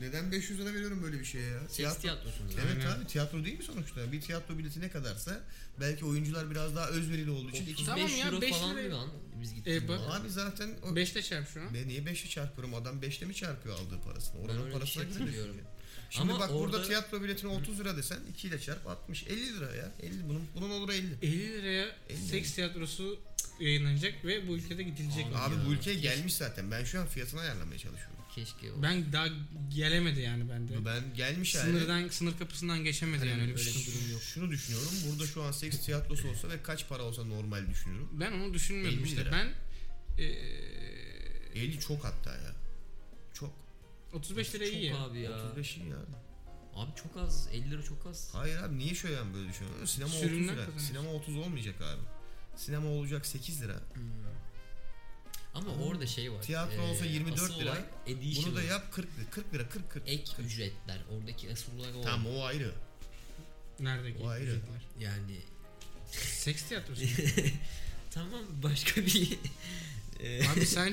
E: neden 500 lira veriyorum böyle bir şeye ya?
C: Seks
E: Tiyatro-
C: tiyatrosunda.
E: Evet
B: Aynen.
E: abi tiyatro değil mi sonuçta? Bir tiyatro bileti ne kadarsa belki oyuncular biraz daha özverili olduğu için iki...
B: Tamam
C: 35
B: ya,
C: euro
B: beş
C: falan
B: lira-
C: mı lan? Biz gittik.
B: E, bak-
E: Abi zaten o...
B: 5'te çarp şu an.
E: Ne niye 5'e çarpıyorum? Adam 5'te mi çarpıyor aldığı parasını?
C: Ben
E: Oranın
C: öyle bir
E: parasına
C: şey
E: göre
C: hatırlıyorum.
E: düşünüyor. Şimdi
C: Ama
E: bak burada
C: orada-
E: tiyatro biletine 30 lira desen 2 ile çarp 60. 50 lira ya. 50 bunun bunun olur 50.
B: 50 liraya
E: 50
B: seks tiyatrosu yayınlanacak ve bu ülkede gidilecek.
C: Abi-
E: Abi
C: Ya.
E: bu ülkeye gelmiş zaten. Ben şu an fiyatını ayarlamaya çalışıyorum.
C: Keşke o.
B: Ben daha gelemedi yani bende.
E: Ben gelmiş hali.
B: Sınırdan sınır kapısından geçemedi yani öyle bir
C: şey Hani öyle
B: şey.
C: bir durum yok.
E: Şunu düşünüyorum. Burada şu an seks tiyatrosu olsa ve kaç para olsa normal düşünüyorum.
B: Ben onu düşünmüyordum
E: 50
B: işte.
E: lira.
B: Ben ee,
E: 50 çok hatta ya. Çok.
B: 35 lira iyi.
C: Çok
B: ya.
C: abi ya.
E: 35 iyi yani.
C: Abi çok az. 50 lira çok az.
E: Hayır abi niye şöyle ben böyle düşünüyorum? Sinema 30
B: Sürümler
E: lira.
B: kazanır.
E: Sinema 30 olmayacak abi. Sinema olacak 8 lira.
C: Ama orada şey var.
E: Tiyatro olsa 24
C: asıl
E: lira.
C: olay edition
E: Bunu da
C: var.
E: yap 40 lira. 40 lira 40 40.
C: Ek ücretler. Oradaki asıl olay o.
E: Tamam o ayrı.
B: Nerede
E: O ayrı.
B: gidecekler?
C: Yani
B: Seks tiyatrosu.
C: tamam başka bir Eee,
B: Abi sen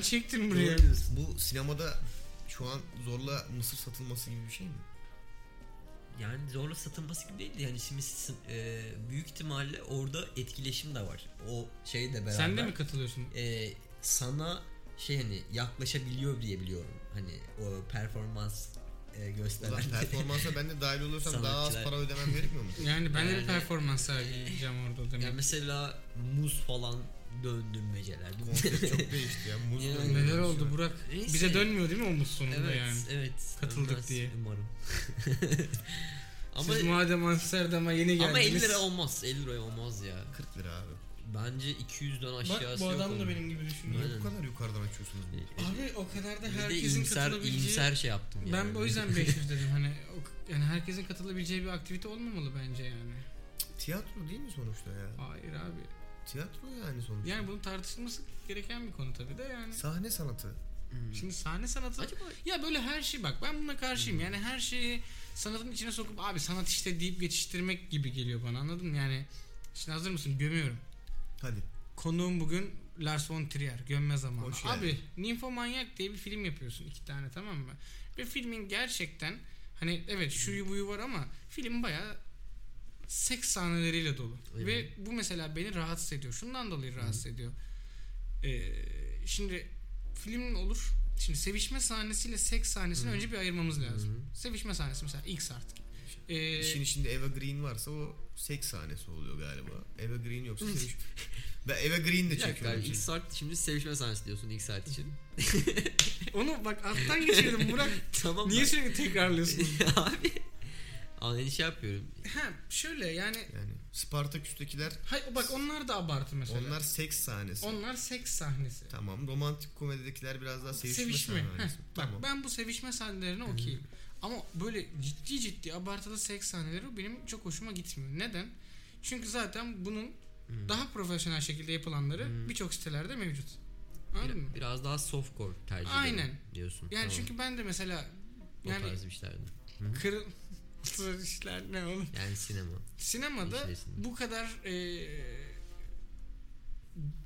C: doğru
B: çektin buraya.
C: diyorsun.
E: Bu sinemada şu an zorla mısır satılması gibi bir şey mi?
C: yani zorla satılması gibi değildi. Yani şimdi sizin, eee, büyük ihtimalle orada etkileşim de var. O şey de beraber.
B: Sen de mi katılıyorsun?
C: Eee, sana şey hani yaklaşabiliyor diye biliyorum. Hani o performans eee,
E: Ulan
C: gösteren.
E: performansa ben de dahil olursam daha az
C: Sanatçılar.
E: para ödemem gerekmiyor mu?
B: Yani ben de
C: Yani-
B: bir performans sergileyeceğim orada o
C: yani
B: dönem.
C: mesela muz falan döndürmeceler.
E: Konsept çok değişti ya. Muz
C: Yani
E: dönüyor
B: Neler
E: diyorsun.
B: oldu Burak?
C: Neyse.
B: Bize dönmüyor değil mi omuz sonunda
C: Evet,
B: yani?
C: evet.
B: Katıldık
C: Dönmez
B: diye.
C: Umarım. ama
B: Siz madem Amsterdam'a yeni geldiniz.
C: ama 50 lira olmaz. 50 lira olmaz ya.
E: 40 lira abi.
C: Bence 200'den
B: Bak
C: aşağısı
B: bu
C: yok.
B: adam da
C: onun.
B: benim gibi düşünüyor.
E: Niye
C: Aynen.
E: bu kadar yukarıdan açıyorsunuz bunu?
B: Abi o kadar da
C: Bir de
B: herkesin
C: iyimser,
B: katılabileceği...
C: iyimser şey yaptım yani.
B: Ben o yüzden 500 dedim hani o- yani herkesin katılabileceği bir aktivite olmamalı bence yani.
E: Tiyatro değil mi sonuçta ya?
B: Hayır abi.
E: Tiyatro yani sonuçta.
B: Yani bunun tartışılması gereken bir konu tabii de yani.
E: Sahne sanatı.
C: Hmm.
B: Şimdi sahne sanatı
C: Acaba
B: ya böyle her şey bak ben buna karşıyım. Yani her şeyi sanatın içine sokup abi sanat işte deyip geçiştirmek gibi geliyor bana anladın mı? Yani şimdi hazır mısın? Gömüyorum.
E: Hadi.
B: Konuğum bugün Lars von Trier. Gömme zamanı.
E: Hoş geldin.
B: Abi Ninfomanyak diye bir film yapıyorsun iki tane tamam mı? Ve filmin gerçekten hani evet şuyu buyu var ama film bayağı seks sahneleriyle dolu.
C: Aynen.
B: Ve bu mesela beni rahatsız ediyor. Şundan dolayı rahatsız ediyor. Ee, şimdi film olur. Şimdi sevişme sahnesiyle seks sahnesini önce bir ayırmamız lazım. Sevişme sahnesi mesela X artık. Ee,
E: İşin içinde Eva Green varsa o seks sahnesi oluyor galiba. Eva Green yoksa seviş... ben Eva Green
C: bir
E: de
C: dakika
E: çekiyorum.
C: ilk saat şimdi sevişme sahnesi diyorsun ilk saat için.
B: onu bak alttan geçirdim Burak.
C: tamam
B: Niye
C: ben-
B: sürekli tekrarlıyorsun?
C: Abi. Aynı şey yapıyorum.
B: ha şöyle yani
E: Yani Spartaküs'tekiler
B: Hayır bak onlar da abartı mesela.
E: onlar
B: Onlar,
E: seks sahnesi.
B: seks sahnesi.
E: Tamam. Romantik komedidekiler biraz daha sevişme,
B: sevişme. Heh,
E: sahnesi. tamam.
B: Bak ben bu sevişme sahnelerine okeyim. Ama böyle ciddi ciddi abartılı seks sahneleri benim çok hoşuma gitmiyor. Neden? Çünkü zaten bunun daha profesyonel şekilde yapılanları birçok sitelerde mevcut.
C: Bir-
B: Anladın mı?
C: biraz daha softcore tercih ederim
B: Aynen.
C: diyorsun.
B: Yani
C: Tamam.
B: çünkü ben de mesela
C: o
B: yani
C: tarz bir işlerden.
B: kırıl işler ne oğlum?
C: Yani sinema.
B: sinemada
C: İşlesin.
B: bu kadar e,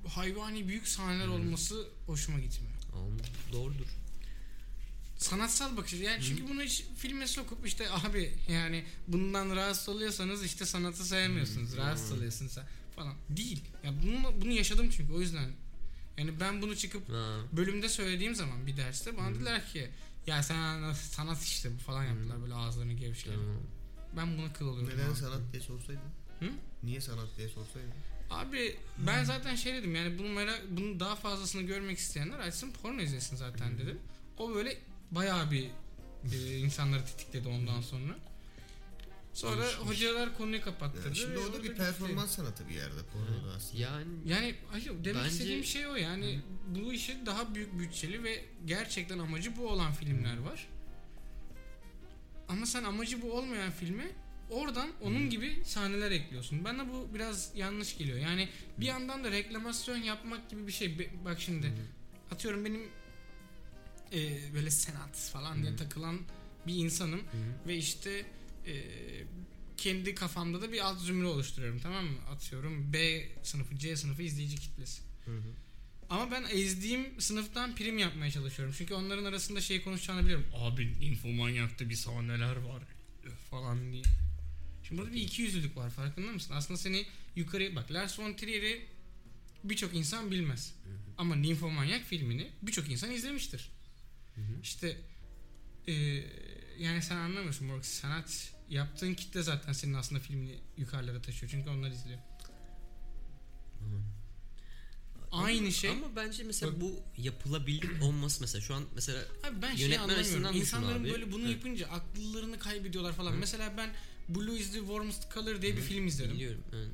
B: hayvani büyük sahneler olması hoşuma gitmiyor.
C: Ama doğrudur.
B: Sanatsal bakış açısı. yani çünkü bunu hiç filme sokup işte abi yani bundan rahatsız oluyorsanız işte sanatı sevmiyorsunuz. Rahatsız oluyorsun sen falan. Değil. Ya bunu, bunu yaşadım çünkü o yüzden. Yani ben bunu çıkıp
C: Ha.
B: bölümde söylediğim zaman bir derste bana dediler ki ya sen sanat işte bu falan yaptılar böyle ağızlarını gevşeyen.
C: Tamam.
B: Ben buna kıl oluyorum.
E: Neden
B: abi.
E: sanat diye sorsaydın?
B: Hı?
E: Niye sanat diye sorsaydın?
B: Abi ben zaten şey dedim yani bunu merak, bunun daha fazlasını görmek isteyenler açsın porno izlesin zaten dedim. O böyle bayağı bir e, insanları tetikledi ondan sonra. Sonra
E: Gelişmiş.
B: hocalar konuyu kapattırdı.
E: Yani şimdi
B: ve
E: o da
B: orada şey
E: bir
B: gitti.
E: performans sanatı bir yerde. Porno da aslında.
C: Yani
B: Yani hayır demek
C: Bence-
B: istediğim şey o yani bu işi daha büyük bütçeli ve gerçekten amacı bu olan filmler var. Ama sen amacı bu olmayan filme oradan onun gibi sahneler ekliyorsun. Bana bu biraz yanlış geliyor. Yani bir yandan da reklamasyon yapmak gibi bir şey. Be- Bak şimdi atıyorum benim e, böyle senat falan diye takılan bir insanım ve işte e, kendi kafamda da bir alt zümre oluşturuyorum tamam mı? Atıyorum B sınıfı, C sınıfı izleyici kitlesi. Ama ben ezdiğim sınıftan prim yapmaya çalışıyorum. Çünkü onların arasında şey konuşacağını biliyorum. Abi infomanyakta bir sahneler var falan diye. Şimdi burada bir ikiyüzlülük var farkında mısın? Aslında seni yukarı bak Lars von Trier'i birçok insan bilmez. Ama Ninfomanyak filmini birçok insan izlemiştir. İşte e, yani sen anlamıyorsun Morg sanat yaptığın kitle zaten senin aslında filmini yukarılara taşıyor çünkü onlar izliyor. Aynı şey.
C: Ama bence mesela bu yapılabilir olması mesela şu an mesela
B: Abi ben şeyi
C: Yönetmen
B: anlamıyorum.
C: açısından düşün
B: İnsanların
C: abi.
B: böyle bunu
C: Hı.
B: yapınca akıllarını kaybediyorlar falan. Mesela ben Blue is the warmest color diye bir film izledim.
C: biliyorum. evet.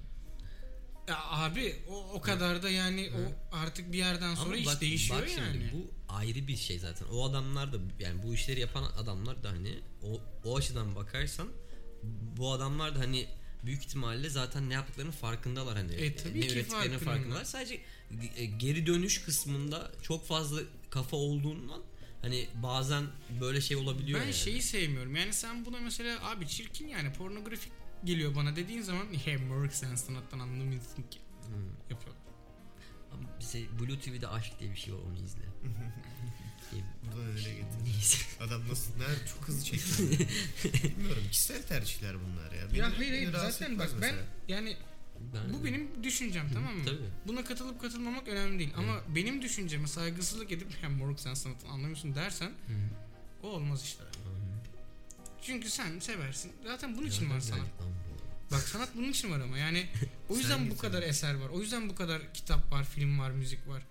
B: Ya abi o o kadar da yani o artık bir yerden sonra iş
C: bak-
B: değişiyor
C: bak
B: yani.
C: Şimdi, bu ayrı bir şey zaten. O adamlar da yani bu işleri yapan adamlar da hani o, o açıdan bakarsan bu adamlar da hani büyük ihtimalle zaten ne yaptıklarının farkındalar hani.
B: E, tabii
C: ne
B: ki
C: ürettiklerinin
B: farkındalar.
C: farkındalar. Sadece e, geri dönüş kısmında çok fazla kafa olduğundan hani bazen böyle şey olabiliyor
B: ben
C: yani.
B: şeyi sevmiyorum. Yani sen buna mesela abi çirkin yani pornografik geliyor bana dediğin zaman he Morg sen sanattan anlamıyorsun ki. Yapıyorlar.
C: Ama bize Blue TV'de aşk diye bir şey var onu izle.
E: Buradan öyle getirdim.
C: Neyse.
E: Adam nasıl, nerede çok hızlı çekiyor. Bilmiyorum. Kişisel tercihler bunlar ya. Beni-
B: Ya hayır
E: beni
B: hayır
E: rahatsız
B: zaten bak
E: etmez mesela.
B: ben yani
C: Ben-
B: bu benim düşüncem tamam mı?
C: Tabii.
B: Buna katılıp katılmamak önemli değil. Ama benim düşünceme saygısızlık edip hem moruk sen sanatını anlamıyorsun dersen o olmaz işte. Çünkü sen seversin. Zaten bunun için var
C: Nereden
B: sanat.
C: geldik lan bu?
B: Bak sanat bunun için var ama yani o
E: Sen
B: yüzden bu
E: git
B: kadar eser var. O yüzden bu kadar kitap var, film var, müzik var.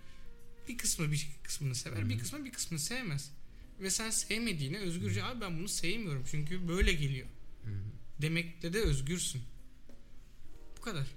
B: Bir kısmı bir kısmını sever, bir kısmı bir kısmını sevmez. Ve sen sevmediğine özgürce abi ben bunu sevmiyorum çünkü böyle geliyor. Demekle de özgürsün. Bu kadar.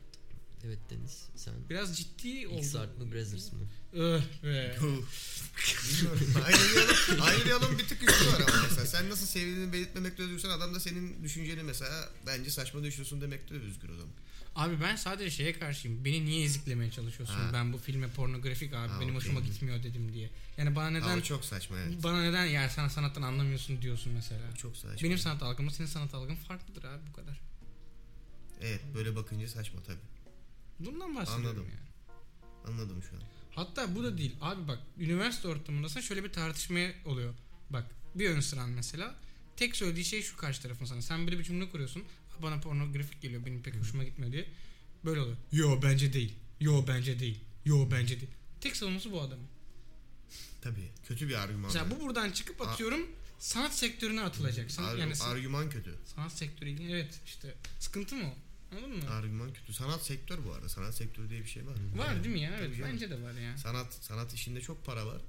C: Evet Deniz sen
B: Biraz ciddi oldu.
C: X-Art mı Brazzers mı?
B: Öh be.
E: Bilmiyorum. Aynı diyalog, aynı diyalog bir tık üstü var ama mesela. Sen nasıl sevdiğini belirtmemekte özgürsen adam da senin düşünceni mesela bence saçma düşünüyorsun demekte de özgür o zaman.
B: Abi ben sadece şeye karşıyım. Beni niye eziklemeye çalışıyorsun?
E: Ha.
B: Ben bu filme pornografik abi
E: Ha,
B: benim hoşuma
E: okey.
B: gitmiyor dedim diye. Yani bana
E: Neden?
B: neden
E: çok saçma evet.
B: bana neden yani sen sanattan anlamıyorsun diyorsun mesela.
E: Çok saçma.
B: Benim sanat algımla senin sanat algın farklıdır abi bu kadar.
E: Evet böyle bakınca saçma tabii.
B: Bundan bahsediyorum
E: Anladım.
B: yani.
E: Anladım şu an.
B: Hatta bu da değil. Abi bak üniversite ortamındasın şöyle bir tartışmaya oluyor. Bak bir ön sıran mesela. Tek söylediği şey şu karşı tarafın sana. Sen böyle bir cümle kuruyorsun. Bana pornografik geliyor benim pek hoşuma gitmiyor diye. Böyle oluyor. Yo bence değil. Yo bence değil. Yo bence değil. Tek savunması bu adamın.
E: Tabii. Kötü bir argüman.
B: Mesela
E: yani.
B: bu buradan çıkıp atıyorum sanat sektörüne atılacak. Sanat,
E: Argü-
B: yani san-
E: argüman kötü.
B: sanat sektörü ilgili evet işte sıkıntı mı o? Anladın mı?
E: Argüman kötü. Sanat sektör bu arada. Sanat sektörü diye bir şey var.
B: Var değil mi ya?
E: Tabii
B: Evet
E: canım.
B: bence de var ya.
E: Sanat sanat işinde çok para var.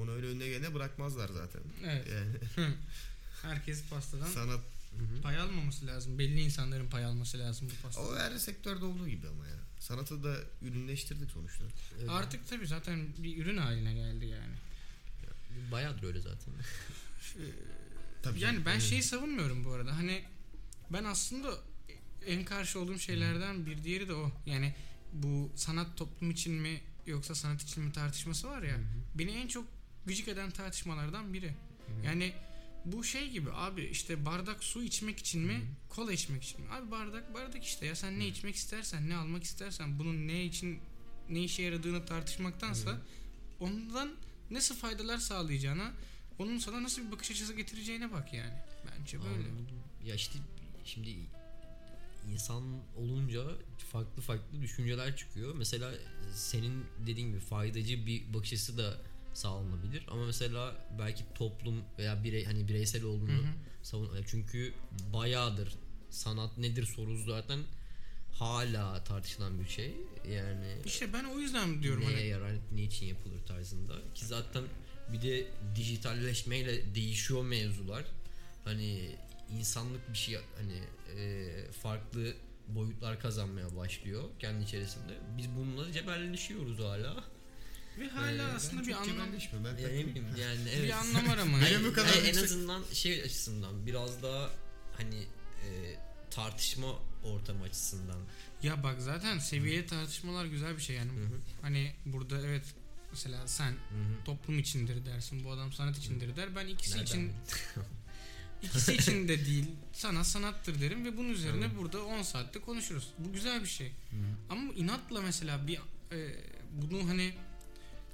E: Onu öyle önüne gelene bırakmazlar zaten.
B: Hmm. Evet.
E: Yani
B: Herkes pastadan
E: sanat
B: pay almaması lazım. Belli insanların pay alması lazım bu pastadan.
E: o her sektörde olduğu gibi ama ya. Sanatı da ürünleştirdik sonuçta.
B: Artık tabii zaten bir ürün haline geldi yani.
C: Bayağıdır öyle zaten.
E: Tabii.
B: Yani ben şey şeyi savunmuyorum bu arada. Hani ben aslında en karşı olduğum şeylerden bir diğeri de o. Yani bu sanat toplum için mi yoksa sanat için mi tartışması var ya. Beni en çok gıcık eden tartışmalardan biri. Yani bu şey gibi abi işte bardak su içmek için mi kola içmek için mi? Abi bardak bardak işte ya sen ne içmek istersen ne almak istersen bunun ne için ne işe yaradığını tartışmaktansa ondan nasıl faydalar sağlayacağına onun sana nasıl bir bakış açısı getireceğine bak yani. Bence böyle.
C: Anladım. Ya işte şimdi insan olunca farklı farklı düşünceler çıkıyor. Mesela senin dediğin gibi faydacı bir bakış açısı da sağlanabilir ama mesela belki toplum veya birey hani bireysel olduğunu savun ya çünkü bayağıdır sanat nedir sorusu zaten hala tartışılan bir şey. Yani
B: İşte ben o yüzden diyorum
C: neye
B: hani
C: yarar, ne için yapılır tarzında. Ki zaten bir de dijitalleşmeyle değişiyor mevzular. Hani insanlık bir şey hani e, farklı boyutlar kazanmaya başlıyor kendi içerisinde. Biz bununla cebelleşiyoruz hala.
B: ve hala aslında bir anlam
E: Cebelleşme, ben
C: Yani ne bileyim yani şey- evet.
B: bir anlam hani. aramayı.
C: Hayır,
E: bu kadar
C: hayır, en
E: yüksek-
C: azından şey açısından biraz daha hani e, tartışma ortamı açısından.
B: Ya bak zaten seviyeli tartışmalar güzel bir şey yani. Hani burada evet mesela sen toplum içindir dersin. Bu adam sanat içindir der. Ben ikisi
C: Nereden
B: için
C: bileyim?
B: ikisi için de değil. Sanat sanattır derim ve bunun üzerine burada 10 saatte konuşuruz. Bu güzel bir şey. Ama inatla mesela bir e, bunu hani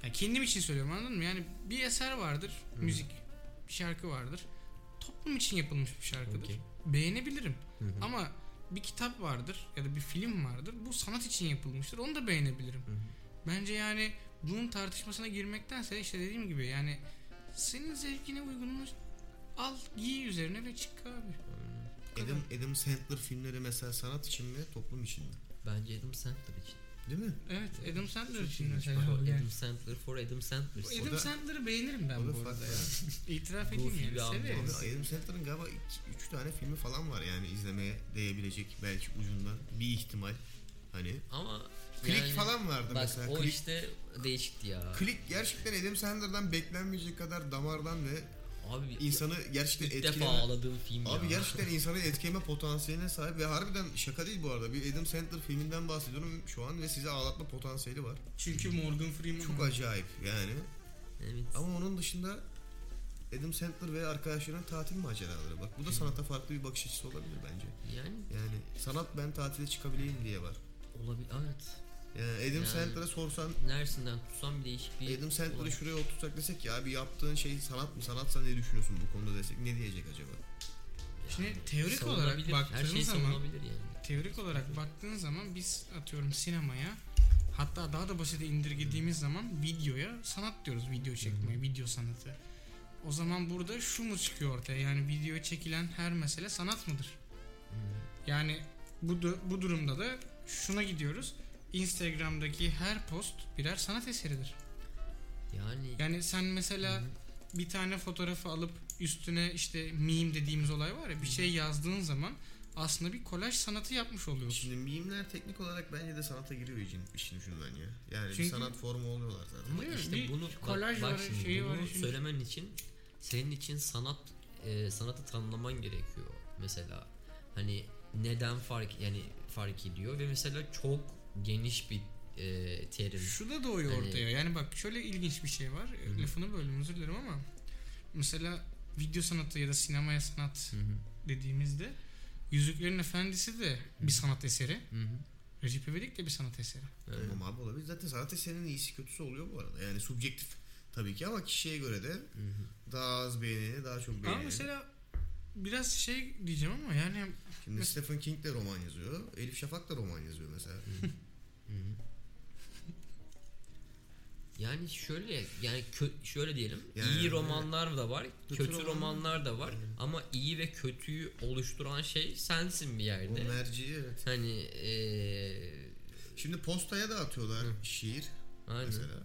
B: ya kendim için söylüyorum anladın mı? Yani bir eser vardır, müzik, bir şarkı vardır. Toplum için yapılmış bir şarkıdır.
C: Okey.
B: Beğenebilirim. Ama bir kitap vardır ya da bir film vardır. Bu sanat için yapılmıştır. Onu da beğenebilirim. Bence yani bunun tartışmasına girmektense işte dediğim gibi yani senin zevkine uygununu al giy üzerine ve çık abi.
E: Adam, Adam Sandler filmleri mesela sanat için mi toplum için mi?
C: Bence Adam Sandler için.
E: Değil mi?
B: Evet Adam Sandler için
E: iyiymiş
B: mesela.
C: For
B: Yani.
C: Adam Sandler for Adam Sandler.
B: Bu Adam
E: da-
B: Sandler'ı beğenirim ben
E: o da
B: bu arada
E: farklı.
B: ya. İtiraf
C: Bu
B: edeyim
C: filmi
B: yani.
C: anlamadım.
B: Severim.
E: Abi Adam Sandler'ın galiba 3 tane filmi falan var yani izlemeye değebilecek belki ucundan bir ihtimal. Hani
C: Ama
E: Click
C: yani-
E: falan
C: Bak
E: vardı mesela.
C: o
E: Click,
C: işte değişikti ya.
E: Click gerçekten Adam Sandler'dan beklenmeyecek kadar damardan ve
C: Abi
E: insanı
C: ilk
E: gerçekten
C: defa
E: etkileme...
C: ağladığım film
E: Abi
C: ya.
E: gerçekten insanı etkileme potansiyeline sahip ve harbiden şaka değil bu arada. Bir Adam Sandler filminden bahsediyorum şu an ve size ağlatma potansiyeli var.
B: Çünkü Morgan Freeman.
E: Çok acayip yani.
C: Evet.
E: Ama onun dışında Adam Sandler ve arkadaşlarının tatil maceraları bak. Bu da sanata farklı bir bakış açısı olabilir bence.
C: Yani
E: Yani sanat ben tatile çıkabileyim diye var.
C: olabilir. Evet.
E: Yani Adam
C: Yani-
E: Sandler'a sorsan
C: Neresinden tutsam bir değişik bir...
E: Adam Sandler'ı
C: olabilir.
E: şuraya oturtsak desek ya abi yaptığın şey sanat mı sanatsa ne düşünüyorsun bu konuda desek ne diyecek acaba? şey,
B: Şimdi teorik
C: Savunabilir.
B: olarak
C: Her şey
B: baktığın zaman
C: savunabilir yani.
B: teorik olarak baktığın zaman biz atıyorum sinemaya hatta daha da basite indirgediğimiz zaman videoya sanat diyoruz video çekmeye video sanatı. O zaman burada şu mu çıkıyor ortaya yani videoya çekilen her mesele sanat mıdır?
C: Hmm,
B: Yani bu, du- bu durumda da şuna gidiyoruz. Instagram'daki her post birer sanat eseridir.
C: Yani,
B: Yani sen mesela bir tane fotoğrafı alıp üstüne işte meme dediğimiz olay var ya bir şey yazdığın zaman aslında bir kolaj sanatı yapmış oluyorsun.
E: Şimdi mimler teknik olarak bence de sanata giriyor işin, işin ucundan ya. Yani bir
B: Çünkü-
E: sanat formu oluyorlar zaten.
C: Ama
B: Değil mi?
C: işte
B: Bir
C: bunu
B: kolaj
C: bak, bak
B: var,
C: şimdi
B: şeyi
C: bunu
B: var, şimdi-
C: söylemen için senin için sanat e, sanatı tanımlaman gerekiyor mesela. Hani neden fark yani fark ediyor ve mesela çok geniş bir e, terim.
B: Şu da doğuyor
C: Hani-
B: ortaya. Yani bak şöyle ilginç bir şey var.
C: Hı hı.
B: Lafını böldüm özür dilerim ama mesela video sanatı ya da sinemaya sanat
C: Hı hı,
B: dediğimizde Yüzüklerin Efendisi de bir sanat eseri.
C: hı hı.
B: Recep İvedik de bir sanat eseri.
C: Evet.
E: Tamam abi olabilir. Zaten sanat eserinin iyisi kötüsü oluyor bu arada. Yani subjektif tabii ki ama kişiye göre de daha az beğeneni daha çok beğeneni.
B: Ama mesela biraz şey diyeceğim ama yani
E: Şimdi Stephen King de roman yazıyor. Elif Şafak da roman yazıyor mesela.
C: Yani şöyle yani kö- şöyle diyelim
E: Yani-
C: iyi romanlar da var
E: Kötü
C: kötü,
E: roman-
C: romanlar da var ama iyi ve kötüyü oluşturan şey sensin bir
E: o
C: yerde.
E: merci evet.
C: Hani eee
E: Şimdi postaya da atıyorlar şiir
C: aynen.
E: mesela.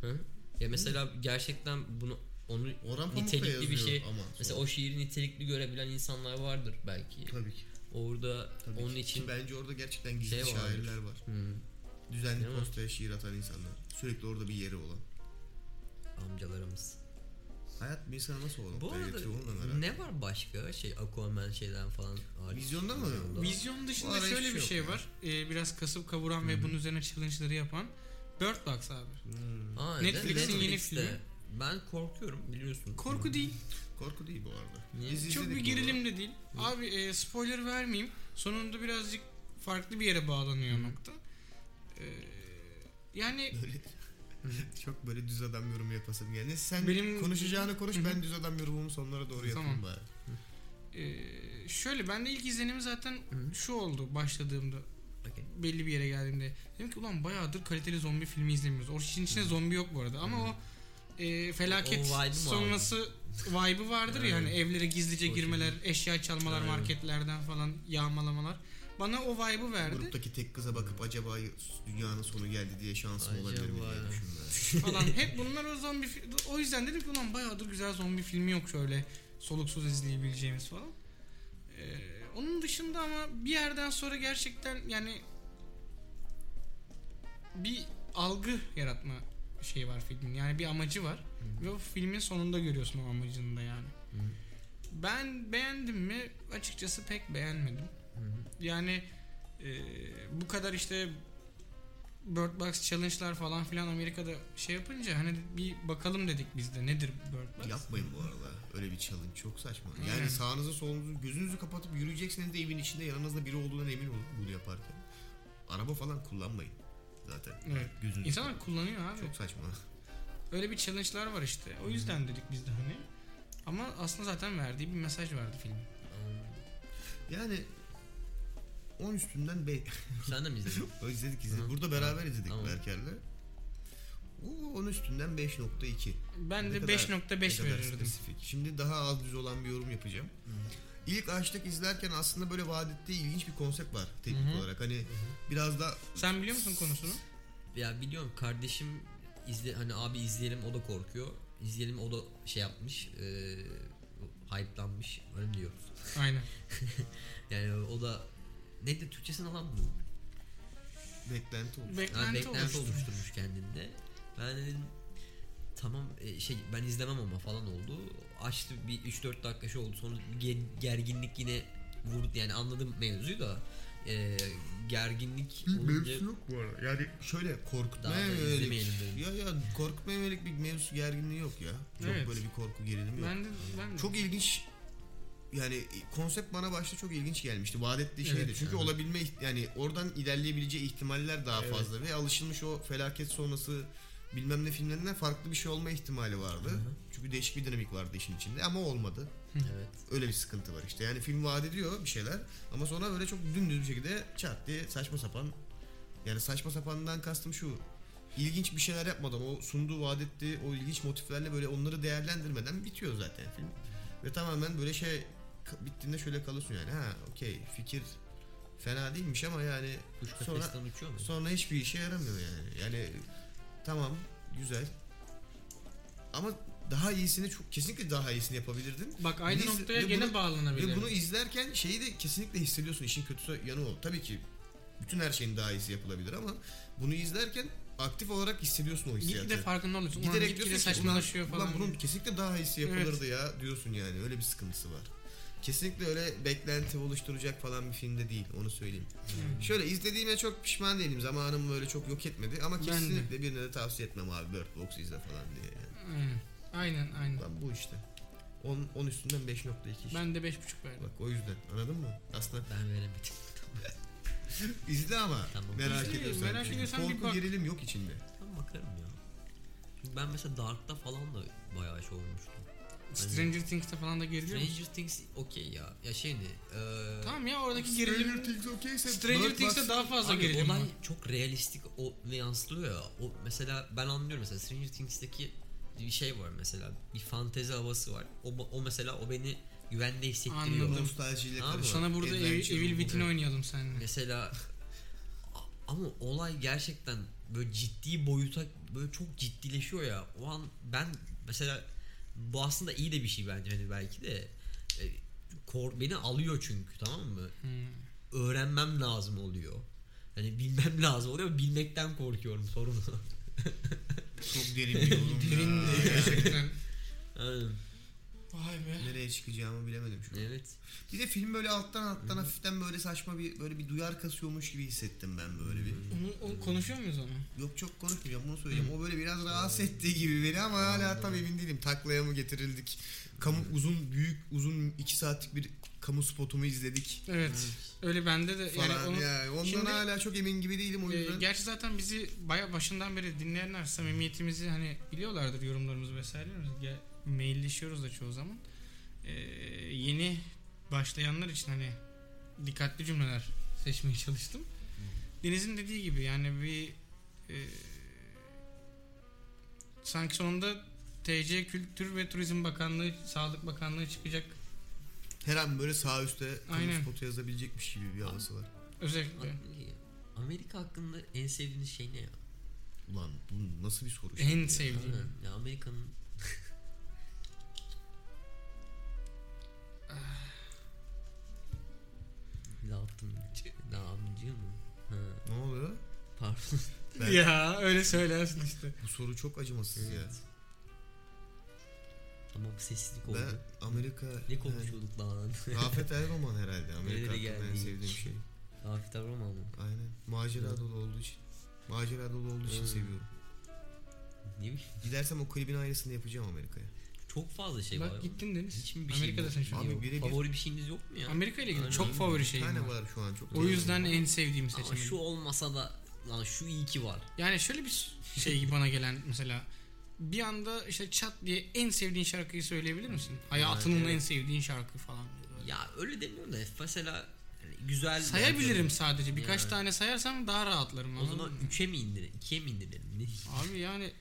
C: Hı? Ya mesela gerçekten bunu onu
E: Orhan Pamuk'ta
C: nitelikli
E: yazıyor
C: bir şey
E: ama.
C: mesela
E: sonra.
C: o şiiri nitelikli görebilen insanlar vardır belki.
E: Tabii ki.
C: Orada
E: Tabii
C: onun
E: ki.
C: için
E: Ki bence orada gerçekten gizli
C: şey vardır.
E: şairler var.
C: Hı,
E: Düzenli
C: Değil mi?
E: postaya şiir atan insanlar. Sürekli orada bir yeri olan.
C: amcalarımız.
E: Hayat bir insanı nasıl o
C: Bu
E: noktaya
C: arada
E: getiriyor onu da merak
C: ne var başka şey Aquaman şeyden falan hariç.
E: Vizyonda mı?
C: Vizyonda.
B: vizyon
E: Bu
B: dışında
E: ara
B: şöyle
E: hiçbir
B: bir
E: şey
B: şey
E: yok
B: var. Ee, biraz kasıp kavuran ve bunun üzerine challenge'ları yapan Bird Box abi.
C: Aa,
B: Netflix'in yeni
C: Netflix'te.
B: filmi.
C: Ben korkuyorum biliyorsun.
B: Korku değil.
E: Korku değil bu arada.
C: Niye?
E: Biz
B: Çok
E: izledik
B: bir
E: bunu.
B: gerilim de değil. Abi e, spoiler vermeyeyim. Sonunda birazcık farklı bir yere bağlanıyor nokta. Ee, yani
E: Çok böyle düz adam yorumu yapasım geldi. Sen
B: Benim-
E: konuşacağını konuş
B: Hı hı.
E: ben düz adam yorumumu sonlara doğru yapayım
B: Tamam.
E: bari.
B: e, şöyle ben de ilk izlenim zaten şu oldu başladığımda.
C: Okey.
B: Belli bir yere geldiğimde. Dedim ki ulan bayağıdır kaliteli zombi filmi izlemiyoruz. O işin içinde zombi yok bu arada ama o e,
C: O
B: felaket
C: vibe'ı mı aldın?
B: sonrası vibe'ı vardır ya hani evlere gizlice
C: O
B: girmeler, eşya çalmalar
C: Aynen.
B: marketlerden falan yağmalamalar. Bana o vibe'ı verdi.
E: Gruptaki tek kıza bakıp acaba dünyanın sonu geldi diye şansım
C: Acaba
E: olabilir mi diye
C: ya.
E: düşündüm.
B: falan. Hep bunlar o zombi fi- o yüzden dedim ki ulan bayağıdır güzel zombi filmi yok şöyle soluksuz izleyebileceğimiz falan. Ee, onun dışında ama bir yerden sonra gerçekten yani bir algı yaratma şey var filmin. Yani bir amacı var ve o filmin sonunda görüyorsun o amacını da yani. Ben beğendim mi? Açıkçası pek beğenmedim. Yani e, bu kadar işte Bird Box Challenge'lar falan filan Amerika'da şey yapınca hani bir bakalım dedik biz de nedir Bird Box?
E: Yapmayın bu arada. Öyle bir challenge çok saçma.
B: Aynen.
E: Yani sağınızı solunuzu gözünüzü kapatıp yürüyeceksiniz de evin içinde yanınızda biri olduğundan emin olun bunu yaparken. Araba falan kullanmayın zaten.
B: Evet.
E: Gözünüzü
B: İnsanlar kullanıyor abi.
E: Çok saçma.
B: Öyle bir challenge'lar var işte. O yüzden dedik biz de hani. Ama aslında zaten verdiği bir mesaj vardı filmin.
E: Yani 10 üstünden 5.
C: Sen de mi izledin?
E: O izledik izledik.
C: Hı.
E: Burada beraber izledik
C: Tamam.
E: Berker'le. Bu onun üstünden 5.2.
B: Ben
E: Ne
B: de
E: kadar- Ne
B: 5.5
E: kadar
B: verirdim.
E: spesifik. Şimdi daha az düz olan bir yorum yapacağım. İlk açlık izlerken aslında böyle vadette ilginç bir konsept var teknik
B: Hı hı.
E: olarak. Hani biraz da
B: Sen biliyor musun konusunu?
C: ya biliyorum kardeşim izle hani abi izleyelim o da korkuyor. İzleyelim o da şey yapmış. E, hype'lanmış. Öyle diyoruz.
B: Aynen.
C: Yani o da neydi Türkçesini alan mı?
E: beklenti olmuş.
C: Yani
B: Beklenti
C: beklenti
B: oluştu.
C: oluşturmuş kendinde. Ben de dedim tamam e, şey ben izlemem ama falan oldu. Açtı bir 3-4 dakika şey oldu. Sonra bir ge- gerginlik yine vurdu yani anladım mevzuyu da e, gerginlik olunca
E: yok bu arada. Yani şöyle korkutmaya
C: Daha da
E: yönelik.
C: izlemeyelim dedim.
E: şey Ya ya korkutmaya yönelik bir mevzu gerginliği yok ya. Çok
B: Evet.
E: böyle bir korku gerilimi yok.
B: Ben de, ben de.
E: Çok ilginç yani konsept bana başta çok ilginç gelmişti. Vadetli şeydi.
B: Evet,
E: Çünkü
C: evet.
E: olabilme iht- yani oradan ilerleyebileceği ihtimaller daha
C: Evet.
E: fazla ve alışılmış o felaket sonrası bilmem ne filmlerinden farklı bir şey olma ihtimali vardı. Çünkü değişik bir dinamik vardı işin içinde ama olmadı.
C: evet.
E: Öyle bir sıkıntı var işte. Yani film vaat ediyor bir şeyler ama sonra böyle çok dümdüz bir şekilde çat diye saçma sapan yani saçma sapandan kastım şu ilginç bir şeyler yapmadan o sunduğu vaat ettiği o ilginç motiflerle böyle onları değerlendirmeden bitiyor zaten film. Ve tamamen böyle şey ka- bittiğinde şöyle kalıyorsun yani ha okey fikir fena değilmiş ama yani
C: Kuş
E: sonra
C: kafesten uçuyor mu?
E: sonra hiçbir işe yaramıyor yani. Yani tamam güzel ama daha iyisini çok kesinlikle daha iyisini yapabilirdin.
B: Bak aynı
E: Biz-
B: noktaya
E: ve
B: gene
E: bunu-
B: bağlanabilir.
E: Ve bunu izlerken şeyi de kesinlikle hissediyorsun. İşin kötü yanı o. Tabii ki bütün her şeyin daha iyisi yapılabilir ama bunu izlerken aktif olarak hissediyorsun o hissiyatı.
B: Gitgide farkında oluyorsun. Ulan
E: Giderek
B: gitgide
E: diyorsun ki,
B: saçmalaşıyor
E: "Ulan-
B: falan.
E: Ulan bunun kesinlikle daha iyisi yapılırdı ya diyorsun yani. Öyle bir sıkıntısı var. Kesinlikle öyle beklenti oluşturacak falan bir filmde değil. Onu söyleyeyim. Şöyle izlediğime çok pişman değilim. Zamanım böyle çok yok etmedi ama
B: Ben de.
E: kesinlikle birine de tavsiye etmem abi Bird Box izle falan diye. Yani.
B: Aynen. Aynen aynen.
E: Lan bu işte. 10, 10 üstünden 5.2 işte.
B: Ben de 5.5 verdim.
E: Bak o yüzden anladın mı? Aslında
C: Ben veremedim.
E: izle ama
C: Tamam.
E: merak
B: İzle,
E: ediyorsan.
B: merak
E: Çünkü
B: ediyorsan bir
E: Korku
B: bak.
E: gerilim yok içinde.
C: Ben bakarım ya. Çünkü ben mesela Dark'ta falan da bayağı şey olmuştum.
B: Stranger Things'te falan da geriliyor musun?
C: Stranger Things okey ya. Ya şey ne? Ee,
B: Tamam ya oradaki gerilim
E: Things okeyse
B: Stranger
E: Bird
B: Things'te
E: Box-
B: daha fazla
C: Abi
B: gerilim
C: olay
B: var.
C: çok realistik o ne yansıtılıyor ya. O mesela ben anlıyorum mesela Stranger Things'teki bir şey var mesela. Bir fantezi havası var. O, o mesela o beni güvende hissettiriyor.
B: Anladım.
E: Nostaljiyle
C: Tamam.
E: karışık.
B: Sana burada
E: Adventure
B: Evil, Evil
E: oldu.
B: Within oynayalım seninle.
C: Mesela a- ama olay gerçekten böyle ciddi boyuta böyle çok ciddileşiyor ya. O an ben mesela bu aslında iyi de bir şey bence hani belki de E, kor, beni alıyor çünkü tamam mı?
B: Hmm.
C: Öğrenmem lazım oluyor. Hani bilmem lazım oluyor. Bilmekten korkuyorum sorunu.
E: Çok derin bir yolum
B: Derin
E: ya.
B: gerçekten.
C: Aynen.
B: Vay be.
E: Nereye çıkacağımı bilemedim şu an.
C: evet.
E: Bir de film böyle alttan alttan hafiften böyle saçma bir böyle bir duyar kasıyormuş gibi hissettim ben böyle bir.
B: Onu, o- konuşuyor muyuz onu?
E: Yok çok konuşmayacağım bunu söyleyeceğim. O böyle biraz rahatsız ettiği gibi beni ama hala tam emin değilim. Taklaya mı getirildik? Kamu uzun büyük uzun iki saatlik bir kamu spotumu izledik
B: Evet. Öyle bende de
E: falan.
B: yani onu
E: yani ondan
B: Şimdi-
E: hala çok emin gibi değilim o
B: Ee,
E: yüzden.
B: gerçi zaten bizi baya başından beri dinleyenler samimiyetimizi hani biliyorlardır yorumlarımızı vesaire. Ge- mailleşiyoruz da çoğu zaman. Ee, yeni başlayanlar için hani dikkatli cümleler seçmeye çalıştım. Deniz'in dediği gibi yani bir e, sanki sonunda TC Kültür ve Turizm Bakanlığı, Sağlık Bakanlığı çıkacak
E: Her an böyle sağ üstte kamu
B: Aynen.
E: spotu yazabilecekmiş gibi bir havası var.
B: özellikle.
C: Amerika hakkında en sevdiğiniz şey ne ya?
E: Ulan bu nasıl bir soru? şimdi
B: En
E: ya?
B: sevdiğim.
C: Aynen. Ya Amerika'nın Ne yaptın? Ne yapıncı mı? Ha,
E: Ne oluyor?
C: pardon.
E: Ben-
B: Ya öyle söylersin işte.
E: Bu soru çok acımasız ya.
C: Tamam sessizlik oldu.
E: Ben Amerika...
C: Ne konuşuyorduk lan?
E: Rafet Erroman herhalde. Amerika
C: Nerelere
E: hakkında en
C: geldik?
E: sevdiğim şey.
C: Rafet Avraman mı?
E: Aynen. Macera
C: Evet.
E: dolu olduğu için. Macera dolu olduğu için
C: Evet.
E: seviyorum.
C: Ne bileyim.
E: Gidersem o klibin aynısını yapacağım Amerika'ya.
C: Çok fazla şey var.
B: Bak gittin Deniz.
C: Hiç mi bir
B: Amerika'da sen
C: şeyin
B: şu
C: yok?
E: an. Abi
C: Yok.
E: birebir-
C: Favori bir şeyiniz yok mu ya?
B: Amerika ile ilgili
C: Aynen.
B: çok favori
E: Bir
B: şeyim
E: tane
B: var.
E: var şu an çok.
B: şey O yüzden
E: seviyorum.
B: en sevdiğimi
C: Ee, Ama şu
B: seçemedim.
C: olmasa da lan şu iyi ki var.
B: Yani şöyle bir şey bana gelen mesela bir anda işte çat diye en sevdiğin şarkıyı söyleyebilir misin? Hayatının
C: evet.
B: en sevdiğin şarkı falan.
C: Ya öyle demiyorum da mesela yani güzel.
B: Sayabilirim sadece. Birkaç
C: Yani.
B: tane sayarsam daha rahatlarım.
C: şey. O
B: anladın
C: zaman
B: mı?
C: 3'e mi indirelim? 2'ye mi indirelim? Ne diyeyim?
B: abi yani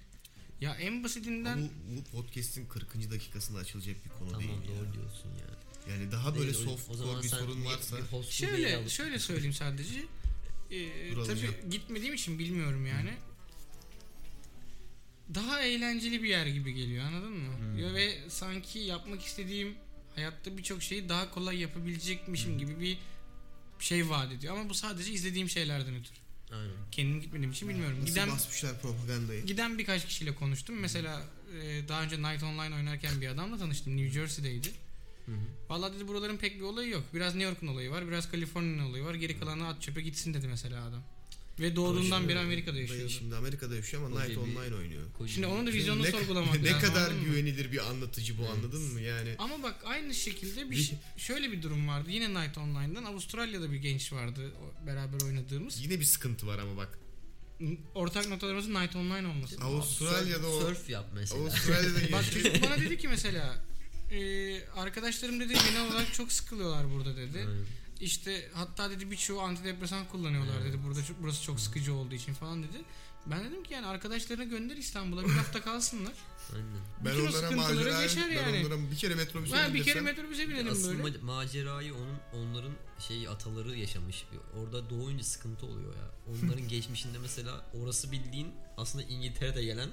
B: ya en basitinden
E: Ama Bu, bu podcast'in 40. dakikasında açılacak bir konu
C: Tamam
E: değil. ya.
C: doğru diyorsun ya.
E: Yani daha böyle
C: Değil, o-
E: soft
C: o zaman
E: core bir
C: sen
E: sorun
C: bir-
E: varsa
C: bir host'u değil
B: Şöyle
C: alıp-
B: şöyle söyleyeyim sadece. Ee,
E: Dur alacağım.
B: tabii gitmediğim için bilmiyorum yani. Daha eğlenceli bir yer gibi geliyor anladın mı? Ya Ve sanki yapmak istediğim hayatta birçok şeyi daha kolay yapabilecekmişim gibi bir şey vaat ediyor. Ama bu sadece izlediğim şeylerden ötürü.
C: Aynen.
B: Kendim gitmediğim için bilmiyorum.
E: nasıl
B: Giden
E: basmışlar propagandayı.
B: giden birkaç kişiyle konuştum. Mesela e, daha önce Night Online oynarken bir adamla tanıştım. New Jersey'deydi. Vallahi dedi buraların pek bir olayı yok. Biraz New York'un olayı var, biraz Kaliforniya'nın olayı var. Geri kalanı at çöpe gitsin dedi mesela adam. Ve doğduğundan beri Amerika'da yaşıyordu.
E: Dayı şimdi Amerika'da yaşıyor ama
C: Koca
E: Night
C: bir-
E: Online oynuyor.
C: Kocaman.
B: Şimdi onun da vizyonunu
E: ne,
B: sorgulamak lazım.
E: ne kadar
B: anladın mı?
E: güvenilir bir anlatıcı bu anladın mı yani?
B: Ama bak aynı şekilde bir şey- şöyle bir durum vardı. Yine Night Online'dan Avustralya'da bir genç vardı o- beraber oynadığımız.
E: Yine bir sıkıntı var ama bak.
B: Ortak noktalarımızın Night Online olması.
E: Avustralya'da o
C: Surf yap mesela.
E: Avustralya'da
B: Bak
E: yaşıyor.
B: çocuk bana dedi ki mesela "Ee, arkadaşlarım dedi genel olarak çok sıkılıyorlar burada dedi.
C: Aynen.
B: İşte hatta dedi birçoğu antidepresan kullanıyorlar dedi. Burada çok- burası çok sıkıcı olduğu için falan dedi. Ben dedim ki yani arkadaşlarını gönder İstanbul'a bir hafta kalsınlar.
C: Aynen.
E: Ben
B: Bütün o
E: onlara
B: sıkıntıları
E: macera
B: geçer
E: ben
B: yani.
E: onlara bir kere metrobüse
B: Ben bir kere
E: bindirsem-
B: metrobüse binelim
C: Asıl
B: böyle.
C: ma- macerayı onun onların şey ataları yaşamış. Bir- Orada doğunca sıkıntı oluyor ya. Onların geçmişinde mesela orası bildiğin aslında İngiltere'de gelen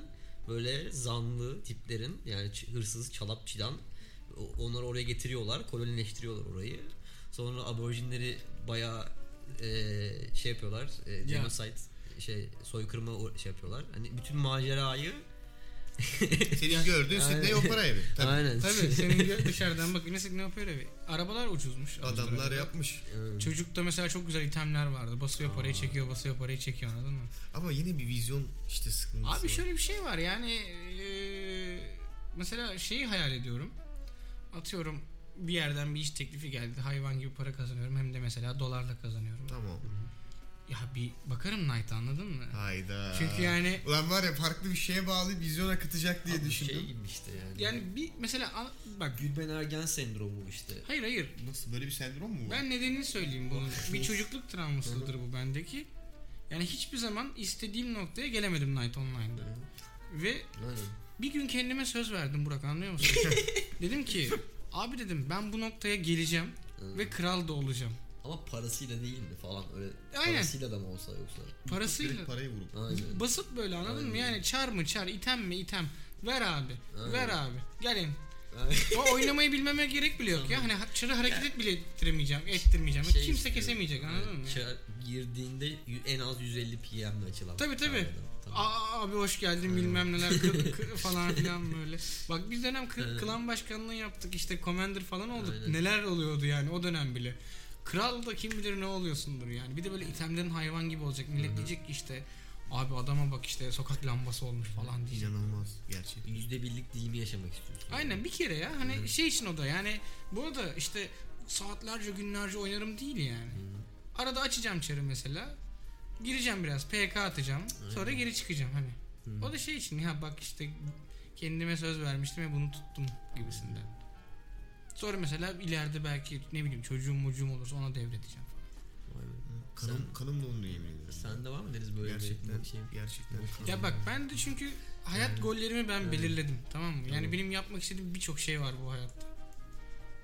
C: böyle zanlı tiplerin yani ç- hırsız, çalap, çilan o- onları oraya getiriyorlar. Kolonileştiriyorlar orayı. Sonra aborjinleri bayağı e, şey yapıyorlar. E, genocide şey soykırıma o- şey yapıyorlar. Hani bütün macerayı
E: Senin gördüğün
C: Aynen.
E: Sydney Opera evi. Tabii.
C: aynen.
B: Tabii senin gö- dışarıdan bak yine Sydney Opera evi. Arabalar ucuzmuş.
E: Adamlar
B: Avustralya'da.
E: yapmış.
C: Evet.
B: Çocukta mesela çok güzel itemler vardı. Basıyor parayı çekiyor, basıyor parayı çekiyor anladın mı?
E: Ama yine bir vizyon işte sıkıntısı
B: Abi
E: var.
B: şöyle bir şey var yani eee, mesela şeyi hayal ediyorum. Atıyorum bir yerden bir iş teklifi geldi. Hayvan gibi para kazanıyorum hem de mesela dolarla kazanıyorum.
E: Tamam.
B: Ya bir bakarım Knight'a anladın mı?
E: Hayda.
B: Çünkü yani
E: Ulan var ya farklı bir şeye bağlı vizyona katacak diye
C: Abi
E: düşündüm.
C: Şey gibi işte yani.
B: yani bir mesela a- bak
C: Gülben Ergen sendromu işte.
B: hayır hayır
E: Nasıl böyle bir sendrom mu var?
B: ben nedenini söyleyeyim bunun. Bir çocukluk travmasıdır bu bendeki. Yani hiçbir zaman istediğim noktaya gelemedim Knight Online'da. Ve
C: Aynen.
B: Bir gün kendime söz verdim Burak anlıyor musun? dedim ki abi dedim ben bu noktaya geleceğim ve kral da olacağım.
C: Ama parasıyla değil mi falan öyle
B: Aynen.
C: parasıyla da mı olsa yoksa.
B: Parasıyla.
E: Direkt parayı vurup.
C: Aynen.
B: Basıp böyle anladın mı? Yani çar mı çar, item mi item. Ver abi. Ver abi. Gelin.
C: Aynen.
B: O oynamayı bilmeme gerek bile yok ya. Hani ha- çarı hareket bile ettiremeyeceğim, ettirmeyeceğim.
C: Şey
B: Kimse
C: istiyor.
B: kesemeyecek anladın mı?
C: Çağ- Şey, girdiğinde y- en az 150 PM'le açılan.
B: Tabii, tabii.
C: çağrıdan. Tamam.
B: Aa abi hoş geldin bilmem neler kı- kı- falan filan böyle. Bak biz dönem kı- klan başkanlığı yaptık işte commander falan olduk.
C: Aynen.
B: Neler oluyordu yani o dönem bile. Kral da kim bilir ne oluyorsundur yani. Bir de böyle itemlerin hayvan gibi olacak. Millet diyecek ki işte abi adama bak işte sokak lambası olmuş falan diyecek.
E: İnanılmaz gerçi.
C: %1'lik dilimi yaşamak istiyorsun.
B: Aynen bir kere ya hani şey için o da yani bu arada işte saatlerce günlerce oynarım değil yani. Arada açacağım çarı mesela. Gireceğim biraz PK atacağım. Sonra geri çıkacağım hani. O da şey için ya bak işte kendime söz vermiştim ve bunu tuttum gibisinden. Sonra mesela ileride belki ne bileyim çocuğum mucuğum olursa ona devredeceğim. falan.
C: Vay be.
E: Kanım, kanım dondu yemin ederim.
C: Sende var mı Deniz böyle
E: gerçekten,
C: bir şey?
E: gerçekten.
B: Ya bak ben de çünkü hayat gollerimi ben belirledim tamam mı? Yani benim yapmak istediğim birçok şey var bu hayatta.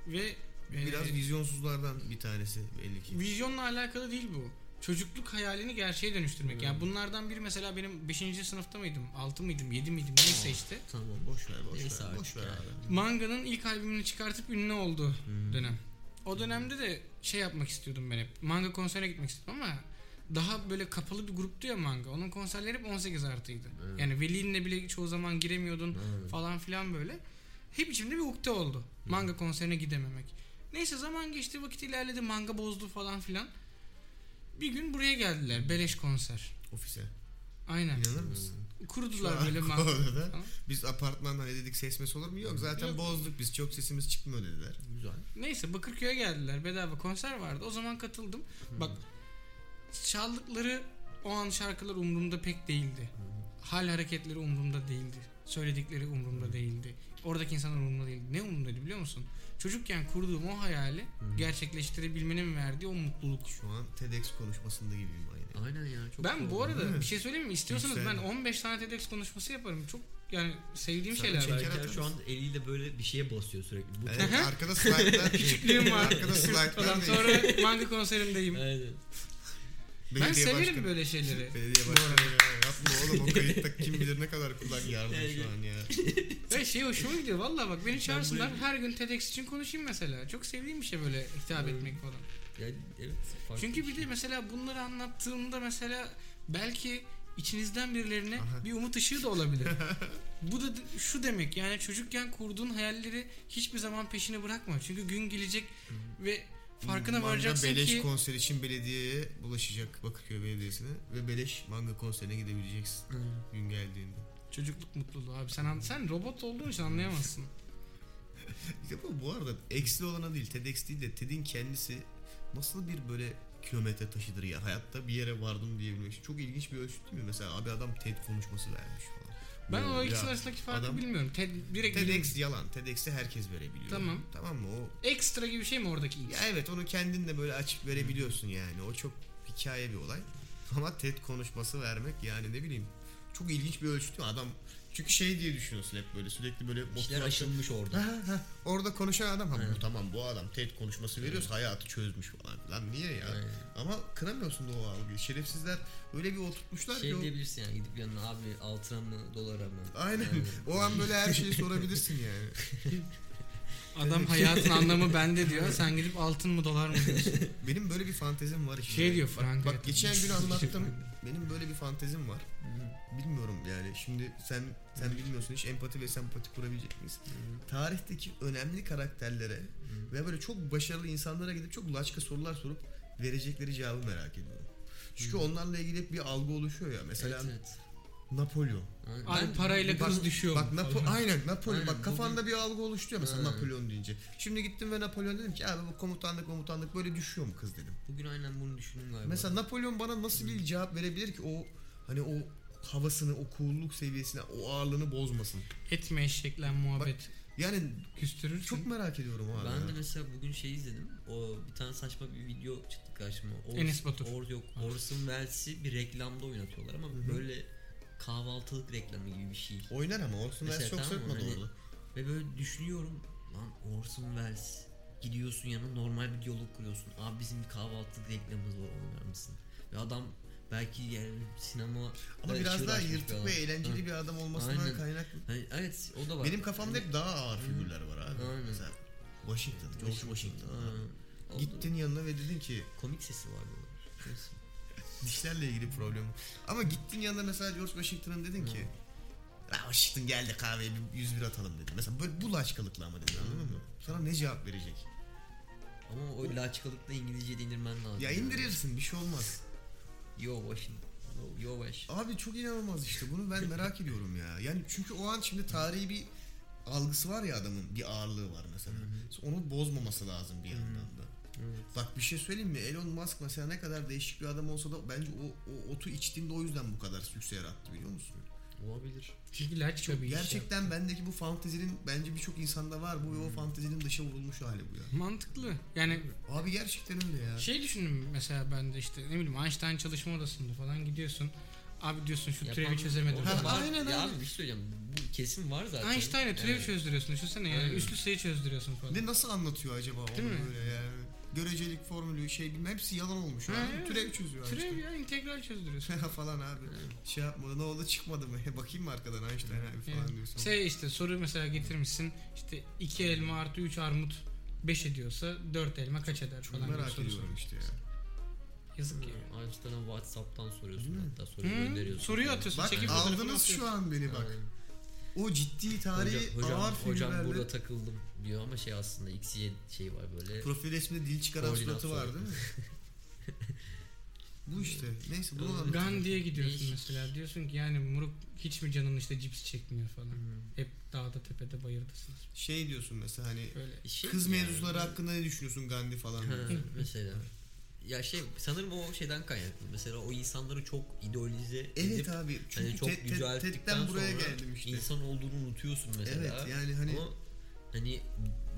B: Ve e,
E: Biraz vizyonsuzlardan bir tanesi belli ki.
B: Vizyonla alakalı değil bu. Çocukluk hayalini gerçeğe dönüştürmek. Yani bunlardan biri mesela benim 5. sınıfta mıydım? 6 mıydım? 7 miydim? Neyse işte.
C: Tamam.
E: Boş ver, boş
C: Neyse
E: ver,
C: artık
E: boş ver
C: yani.
E: abi.
B: Manga'nın ilk albümünü çıkartıp ünlü oldu
E: Hmm.
B: dönem. O dönemde de şey yapmak istiyordum ben hep. Manga konserine gitmek istiyordum ama daha böyle kapalı bir gruptu ya Manga. Onun konserleri hep 18 artıydı. Yani velinle bile çoğu zaman giremiyordun falan filan böyle. Hep içimde bir ukde oldu.
E: Hmm.
B: Manga konserine gidememek. Neyse zaman geçti vakit ilerledi manga bozdu falan filan. Bir gün buraya geldiler. Beleş konser.
E: Ofise.
B: Aynen.
E: İnanır mısın?
B: Kurdular böyle
E: Şu an
B: manga.
E: konuda
B: Tamam.
E: Biz apartmandan ne dedik ses mes olur mu? Yok zaten bozduk biz. Çok sesimiz çıkmıyor dediler.
C: Güzel.
B: Neyse Bakırköy'e geldiler. Bedava konser vardı. O zaman katıldım.
E: Hmm.
B: Bak çaldıkları o an şarkılar umurumda pek değildi. Hal hareketleri umurumda değildi. Söyledikleri
E: Hmm.
B: umurumda değildi. Oradaki insanlar umurumda değildi. Ne umurumdaydı biliyor musun? Çocukken kurduğum o hayali
E: Hmm.
B: gerçekleştirebilmenin verdiği o mutluluk.
E: Şu an TEDx konuşmasında gibiyim aynı.
C: Aynen ya. Çok
B: Ben bu
E: Değil
B: arada
E: mi?
B: bir şey söyleyeyim mi? İstiyorsanız ben
E: Yükseldi.
B: 15 tane TEDx konuşması yaparım. Çok yani sevdiğim
E: Sen
B: şeyler var.
E: çeker
C: Berker
E: atar
C: şu an eliyle böyle bir şeye basıyor sürekli. Bu
E: Evet, arkada slaytlar.
B: Küçüklüğüm var.
E: Arkada
B: Falan
E: slaytlar.
B: sonra manga konserindeyim.
C: Aynen.
B: Ben
E: Belediye
B: severim
E: başkanı.
B: böyle şeyleri.
E: Belediye başkanı ya. Yapma oğlum o kayıtta kim bilir ne kadar kulak yardı şu an ya.
B: Ve şey hoşuma gidiyor valla bak beni çağırsınlar her gün TEDx için konuşayım mesela. Çok sevdiğim bir şey böyle hitap etmek falan.
C: Yani evet. farklı
B: Çünkü bir
C: şey.
B: de mesela bunları anlattığımda mesela belki içinizden birilerine bir umut ışığı da olabilir. Bu da d- şu demek yani çocukken kurduğun hayalleri hiçbir zaman peşini bırakma. Çünkü gün gelecek ve farkına
E: Manga
B: varacaksın
E: Hmm. beleş
B: ki
E: konser için belediyeye bulaşacak Bakırköy Belediyesi'ne ve beleş manga konserine gidebileceksin gün geldiğinde.
B: çocukluk mutluluğu abi sen an- sen robot olduğun için anlayamazsın.
E: İşte bu, bu arada eksi olana değil TEDx değil de TED'in kendisi nasıl bir böyle kilometre taşıdır ya hayatta bir yere vardım diyebilmek için. Çok ilginç bir ölçüt değil mi? Mesela abi adam TED konuşması vermiş falan.
B: Ben
E: Ya,
B: o ikisi arasındaki farkı
E: adam-
B: bilmiyorum. Ted, direkt
E: TEDx yalan. TEDx'i herkes verebiliyor.
B: Tamam.
E: Tamam mı? O,
B: ekstra gibi bir şey mi oradaki?
E: ya evet onu kendin de böyle açıp verebiliyorsun yani. O çok hikaye bir olay. Ama TED konuşması vermek yani ne bileyim çok ilginç bir ölçütü adam. Çünkü şey diye düşünüyorsun hep böyle sürekli böyle
C: İşler
E: motivasyon-
C: aşılmış orada.
E: Ha, ha. Orada konuşan adam ha bu tamam bu adam TED konuşması veriyoruz hayatı çözmüş falan filan niye ya?
C: Aynen.
E: Ama kıramıyorsun da o algıyı. Şerefsizler öyle bir oturtmuşlar
C: Şey
E: ki o...
C: diyebilirsin yani gidip yanına abi altına mı dolara mı?
E: Aynen. O an böyle her şeyi sorabilirsin yani.
B: Adam hayatın anlamı bende diyor. Sen gidip altın mı dolar mı diyorsun.
E: Benim böyle bir fantezim var işte.
B: Şey diyor
E: Bak-
B: Frank
E: Bak,
B: Athena.
E: geçen gün
B: Şey
E: anlattım.
B: Frank.
E: Benim böyle bir fantezim var. Bilmiyorum yani şimdi sen sen bilmiyorsun hiç empati ve sempati kurabilecek miyiz? Tarihteki önemli karakterlere ve böyle çok başarılı insanlara gidip çok laçka sorular sorup verecekleri cevabı merak ediyorum. Çünkü onlarla ilgili hep bir algı oluşuyor ya. Mesela
C: Hmm. Evet evet.
E: Napolyon.
C: Aynen.
B: Abi parayla kız
E: Bak-
B: düşüyor.
E: Bak Napo- aynen Napolyon.
C: Aynen,
E: bak kafanda bir algı oluşturuyor mesela
C: Aynen.
E: Napolyon deyince. Şimdi gittim ve Napolyon dedim ki abi bu komutanlık komutanlık böyle düşüyor mu kız dedim.
C: Bugün aynen bunu düşündüm galiba.
E: Mesela Napolyon bana nasıl
C: Hmm.
E: bir cevap verebilir ki o hani o havasını, o cool'luk seviyesine, o ağırlığını bozmasın.
B: Etme eşeklen muhabbet.
E: Yani
B: Küstürürsün.
E: çok merak ediyorum abi.
C: ben
E: ya.
C: de mesela bugün şey izledim. O bir tane saçma bir video çıktı karşıma. Or-
B: Enes Batur.
C: Or yok. Orson Welles'i bir reklamda oynatıyorlar ama böyle kahvaltılık reklamı gibi bir şey.
E: Oynar ama Orson Welles
C: Mesela
E: çok
C: tamam mı?
E: sırtmadı
C: Hani-
E: orada.
C: Ve böyle düşünüyorum lan Orson Welles gidiyorsun yanına normal bir diyalog kuruyorsun. Abi bizim bir kahvaltılık reklamımız var oynar mısın? Ve adam belki yani sinema e,
E: Ama
C: şey
E: biraz daha yırtık ve eğlenceli
C: bir
E: bir adam olmasından
C: Aynen.
E: kaynaklı.
C: Hani, evet o da var.
E: Benim kafamda hep daha ağır figürler var abi.
C: Aynen.
E: Mesela Washington, George Washington. abi.
C: Aa, o da-
E: Gittin yanına ve dedin ki
C: Komik sesi var böyle. Neyse.
E: dişlerle ilgili problemi. Ama gittin yanına mesela George Washington'ın dedin ki "Ah Washington geldi kahveye bir 101 atalım dedim. Mesela böyle bu laçkalıkla ama dedin anladın mı? Sana ne cevap verecek?
C: Ama o laçkalıkla İngilizce de indirmen lazım.
E: Ya indirirsin bir şey olmaz.
C: Yo başın. Yo baş.
E: Abi çok inanılmaz işte bunu ben merak ediyorum ya. Yani çünkü o an şimdi tarihi bir algısı var ya adamın bir ağırlığı var mesela. Onu bozmaması lazım bir yandan da. Bak bir şey söyleyeyim mi? Elon Musk mesela ne kadar değişik bir adam olsa da bence o, o otu içtiğinde o yüzden bu kadar yükseğe attı biliyor musun?
C: Olabilir.
B: Çünkü ilaç gibi iş ya.
E: Gerçekten bendeki bu fantezinin bence birçok insanda var bu ve o fantezinin dışa vurulmuş hali bu ya.
B: Mantıklı. Yani
E: Abi gerçekten öyle ya.
B: şey düşündüm mesela ben de işte ne bileyim Einstein çalışma odasında falan gidiyorsun. Abi diyorsun şu türevi çözemedim.
C: Orada var-
E: aynen,
C: Ya
E: aynen.
C: abi bir şey söyleyeceğim. Bu kesin var zaten.
B: Einstein'e türevi çözdürüyorsun düşünsene yani.
C: Aynen.
B: Üstlü sayı çözdürüyorsun falan.
E: Ne nasıl anlatıyor acaba onu
B: Değil mi?
E: böyle yani? Görecelik formülü şey bilmem hepsi yalan olmuş
B: Ha,
E: abi.
B: evet.
E: Türev çözüyor
B: Türev
E: Einstein.
B: ya integral çözdürüyorsun.
E: falan abi. Şey yapmadı ne oldu çıkmadı mı? He, bakayım mı arkadan Einstein abi falan
B: Evet.
E: diyorsun.
B: Şey işte soru mesela getirmişsin işte 2 elma artı 3 armut 5 ediyorsa 4 elma kaç eder
E: Çok
B: falan gibi
E: merak
B: soru
E: ediyorum
B: soruyor.
E: işte ya.
B: Yazık ya.
C: Einstein'a Whatsapp'tan soruyorsun
E: Değil mi?
C: hatta soruyu
B: Hı,
C: gönderiyorsun.
B: soruyu
C: Yani.
B: Hmm, atıyorsun.
E: Bak
B: çekip fotoğrafını
E: aldınız
B: atıyorsun.
E: şu an beni bak.
C: Aynen.
E: O ciddi tarihi
C: Hoca- hocam,
E: ağır
C: hocam
E: figürlerle
C: burada takıldım diyor ama şey aslında X'ye şey var böyle.
E: profil resminde dil çıkaran
C: Koordinat
E: suratı var
C: sorun.
E: değil mi? bu işte. Neyse bunu
C: Aynen.
E: anlatayım.
B: Gandhi'ye gidiyorsun
C: Değişik.
B: mesela. Diyorsun ki yani Muruk hiç mi canın işte cips çekmiyor falan.
C: Hmm.
B: Hep dağda tepede bayırdasınız.
E: Şey diyorsun mesela hani
B: Böyle.
C: Şey
E: Kız
C: yani-
E: mevzuları hakkında ne düşünüyorsun Gandhi falan?
C: Ha,
E: diyorsun.
C: mesela. Ya şey sanırım o şeyden kaynaklı. Mesela o insanları çok idealize edip
E: Evet abi çünkü
C: hani çok
E: Ted- Ted-
C: yücelttikten
E: Ted'den buraya
C: sonra
E: geldim işte.
C: insan olduğunu unutuyorsun mesela.
E: Evet, yani hani-
C: Ama hani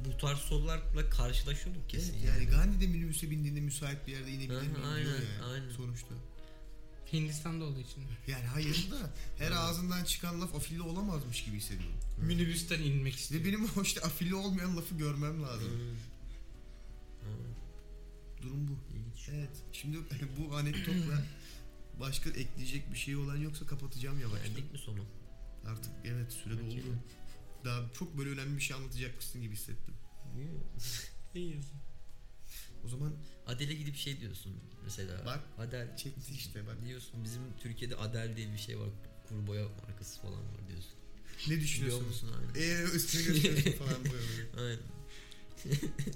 C: bu tarz sorularla karşılaşıyorduk kesin.
E: Evet, yani Gandhi de minibüse bindiğinde müsait bir yerde inebilir
C: Aha,
E: miyim diyor
C: aynen,
E: yani
C: aynen.
E: sonuçta.
B: Hindistan'da olduğu için.
E: Yani hayır da her ağzından çıkan laf afilli olamazmış gibi hissediyorum.
C: Hmm.
B: Minibüsten inmek istiyor.
E: Ve benim o işte afilli olmayan lafı görmem lazım. Durum bu.
C: İlginç.
E: Evet. Şimdi bu anekdotla başka ekleyecek bir şey olan yoksa kapatacağım yavaştan.
C: Geldik mi sonu?
E: Artık evet sürede
C: Okey.
E: oldu. Daha çok böyle önemli bir şey anlatacakmışsın gibi hissettim.
B: İyiyiz.
E: O zaman
C: Adele gidip şey diyorsun mesela.
E: Bak.
C: Adel
E: çekti işte bak.
C: diyorsun bizim Türkiye'de Adel diye bir şey var. Kuru boya markası falan var diyorsun.
E: Ne
C: Biliyor
E: düşünüyorsun?
C: musun? Aynen.
E: Eee üstüne gösteriyorsun falan böyle.
C: Aynen.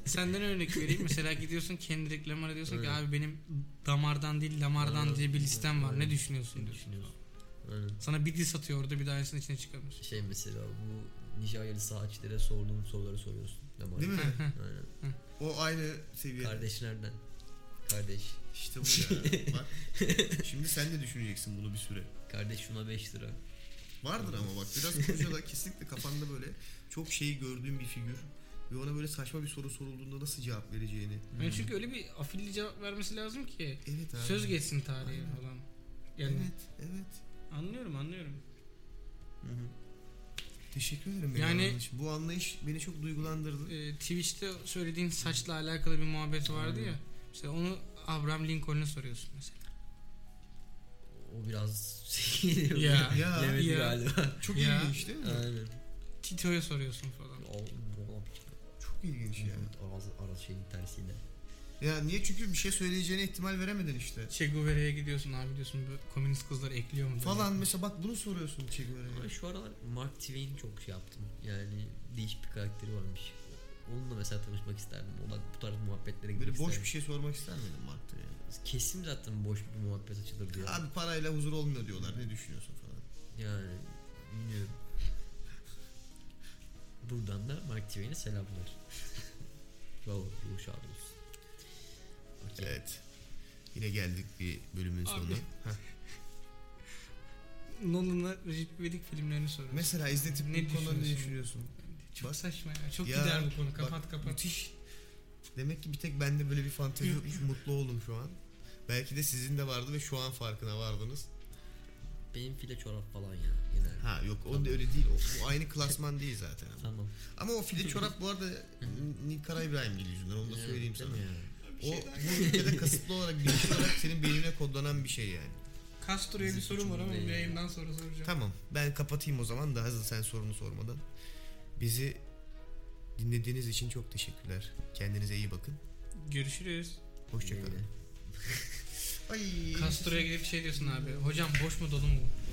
B: Senden örnek vereyim. Mesela gidiyorsun Kendrick Lamar'a diyorsun
C: Evet.
B: ki abi benim damardan değil lamardan
C: Lamar'dan
B: diye bir
C: değil,
B: listem var.
C: aynen.
B: Ne düşünüyorsun
C: Ne
B: diyorsun.
C: düşünüyorsun? Aynen.
B: Sana bir diss atıyor orada bir daha aynısının içine çıkarmış.
C: Şey mesela bu Nijeryalı saatçilere sorduğum soruları soruyorsun. Lamar'a.
E: Değil mi?
C: Aynen.
E: O aynı seviyede.
C: Kardeş nereden? Kardeş.
E: İşte bu ya. Bak. Şimdi sen de düşüneceksin bunu bir süre.
C: Kardeş şuna 5 lira.
E: Vardır ama bak biraz Koca'da kesinlikle kafanda böyle çok şeyi gördüğün bir figür. Ve ona böyle saçma bir soru sorulduğunda nasıl cevap vereceğini.
B: Yani çünkü öyle bir afilli cevap vermesi lazım ki
E: Evet abi.
B: söz geçsin tarihe
E: Aynen.
B: falan. Yani
E: Evet, evet.
B: anlıyorum anlıyorum.
E: Teşekkür ederim. beni
B: Yani-
E: anladığın için. bu anlayış beni çok duygulandırdı.
B: Ee, Twitch'te söylediğin saçla alakalı bir muhabbet vardı ya. Mesela onu Abraham Lincoln'a soruyorsun mesela.
C: O biraz geliyor.
B: Ya,
E: ya,
C: Bilemedi
B: ya.
C: galiba.
E: Çok
B: Ya.
E: ilginç değil mi?
C: Aynen.
B: Tito'ya soruyorsun falan.
C: O, o,
E: Çok ilginç ya.
C: Araz, araz şeyin tersiyle.
E: Ya niye? Çünkü bir şey söyleyeceğine ihtimal veremedin işte.
B: Che Guevara'ya gidiyorsun abi diyorsun bu komünist kızlar ekliyor mu?
E: Falan mesela bak bunu soruyorsun Che
C: Ama
E: Guevara'ya.
C: şu aralar Mark Twain çok şey yaptım. Yani değişik bir karakteri varmış. Onunla mesela tanışmak isterdim. O da bu tarz muhabbetlere gitmek
E: Böyle boş bir
C: isterdim.
E: şey sormak ister miydin Mart'ta yani?
C: Kesin zaten boş bir muhabbet açılır diye.
E: Abi parayla huzur olmuyor diyorlar. Ne düşünüyorsun falan.
C: Yani bilmiyorum. Buradan da Mark Twain'e selamlar. Bravo, ruhu şad olsun. Okey.
E: Evet. Yine geldik bir bölümün sonuna.
B: Nolan'a Recep İvedik filmlerini soruyorsun.
E: Mesela izletip
B: Ne
E: ne konuda ne
B: düşünüyorsun?
E: düşünüyorsun?
B: Çok
E: Bas-
B: saçma ya. Çok
E: Ya,
B: gider bu konu.
E: bak,
B: Kapat kapat.
E: Müthiş. Demek ki bir tek bende böyle bir fantezi yokmuş. Mutlu oldum şu an. Belki de sizin de vardı ve şu an farkına vardınız.
C: Benim file çorap falan ya genelde.
E: Ha yok o da öyle değil. O, o aynı klasman değil zaten. ama.
C: Tamam.
E: Ama o file çorap bu arada Nikara İbrahimgil yüzünden onu da
C: Evet,
E: söyleyeyim
C: değil
E: sana.
C: mi ya?
E: O bu ülkede kasıtlı olarak bilinçli olarak senin beynine kodlanan bir şey yani.
B: Castro'ya bir
C: Bizim
B: sorum var ama
C: suçumuz
B: bu
C: değil.
B: yayından sonra soracağım.
E: Tamam ben kapatayım o zaman da hazır sen sorunu sormadan. Bizi dinlediğiniz için çok teşekkürler. Kendinize iyi bakın.
B: Görüşürüz.
E: Hoşçakalın.
C: Neyle?
E: Ay. 哎
B: Castro'ya gidip şey diyorsun abi. Hocam boş mu dolu mu? bu?"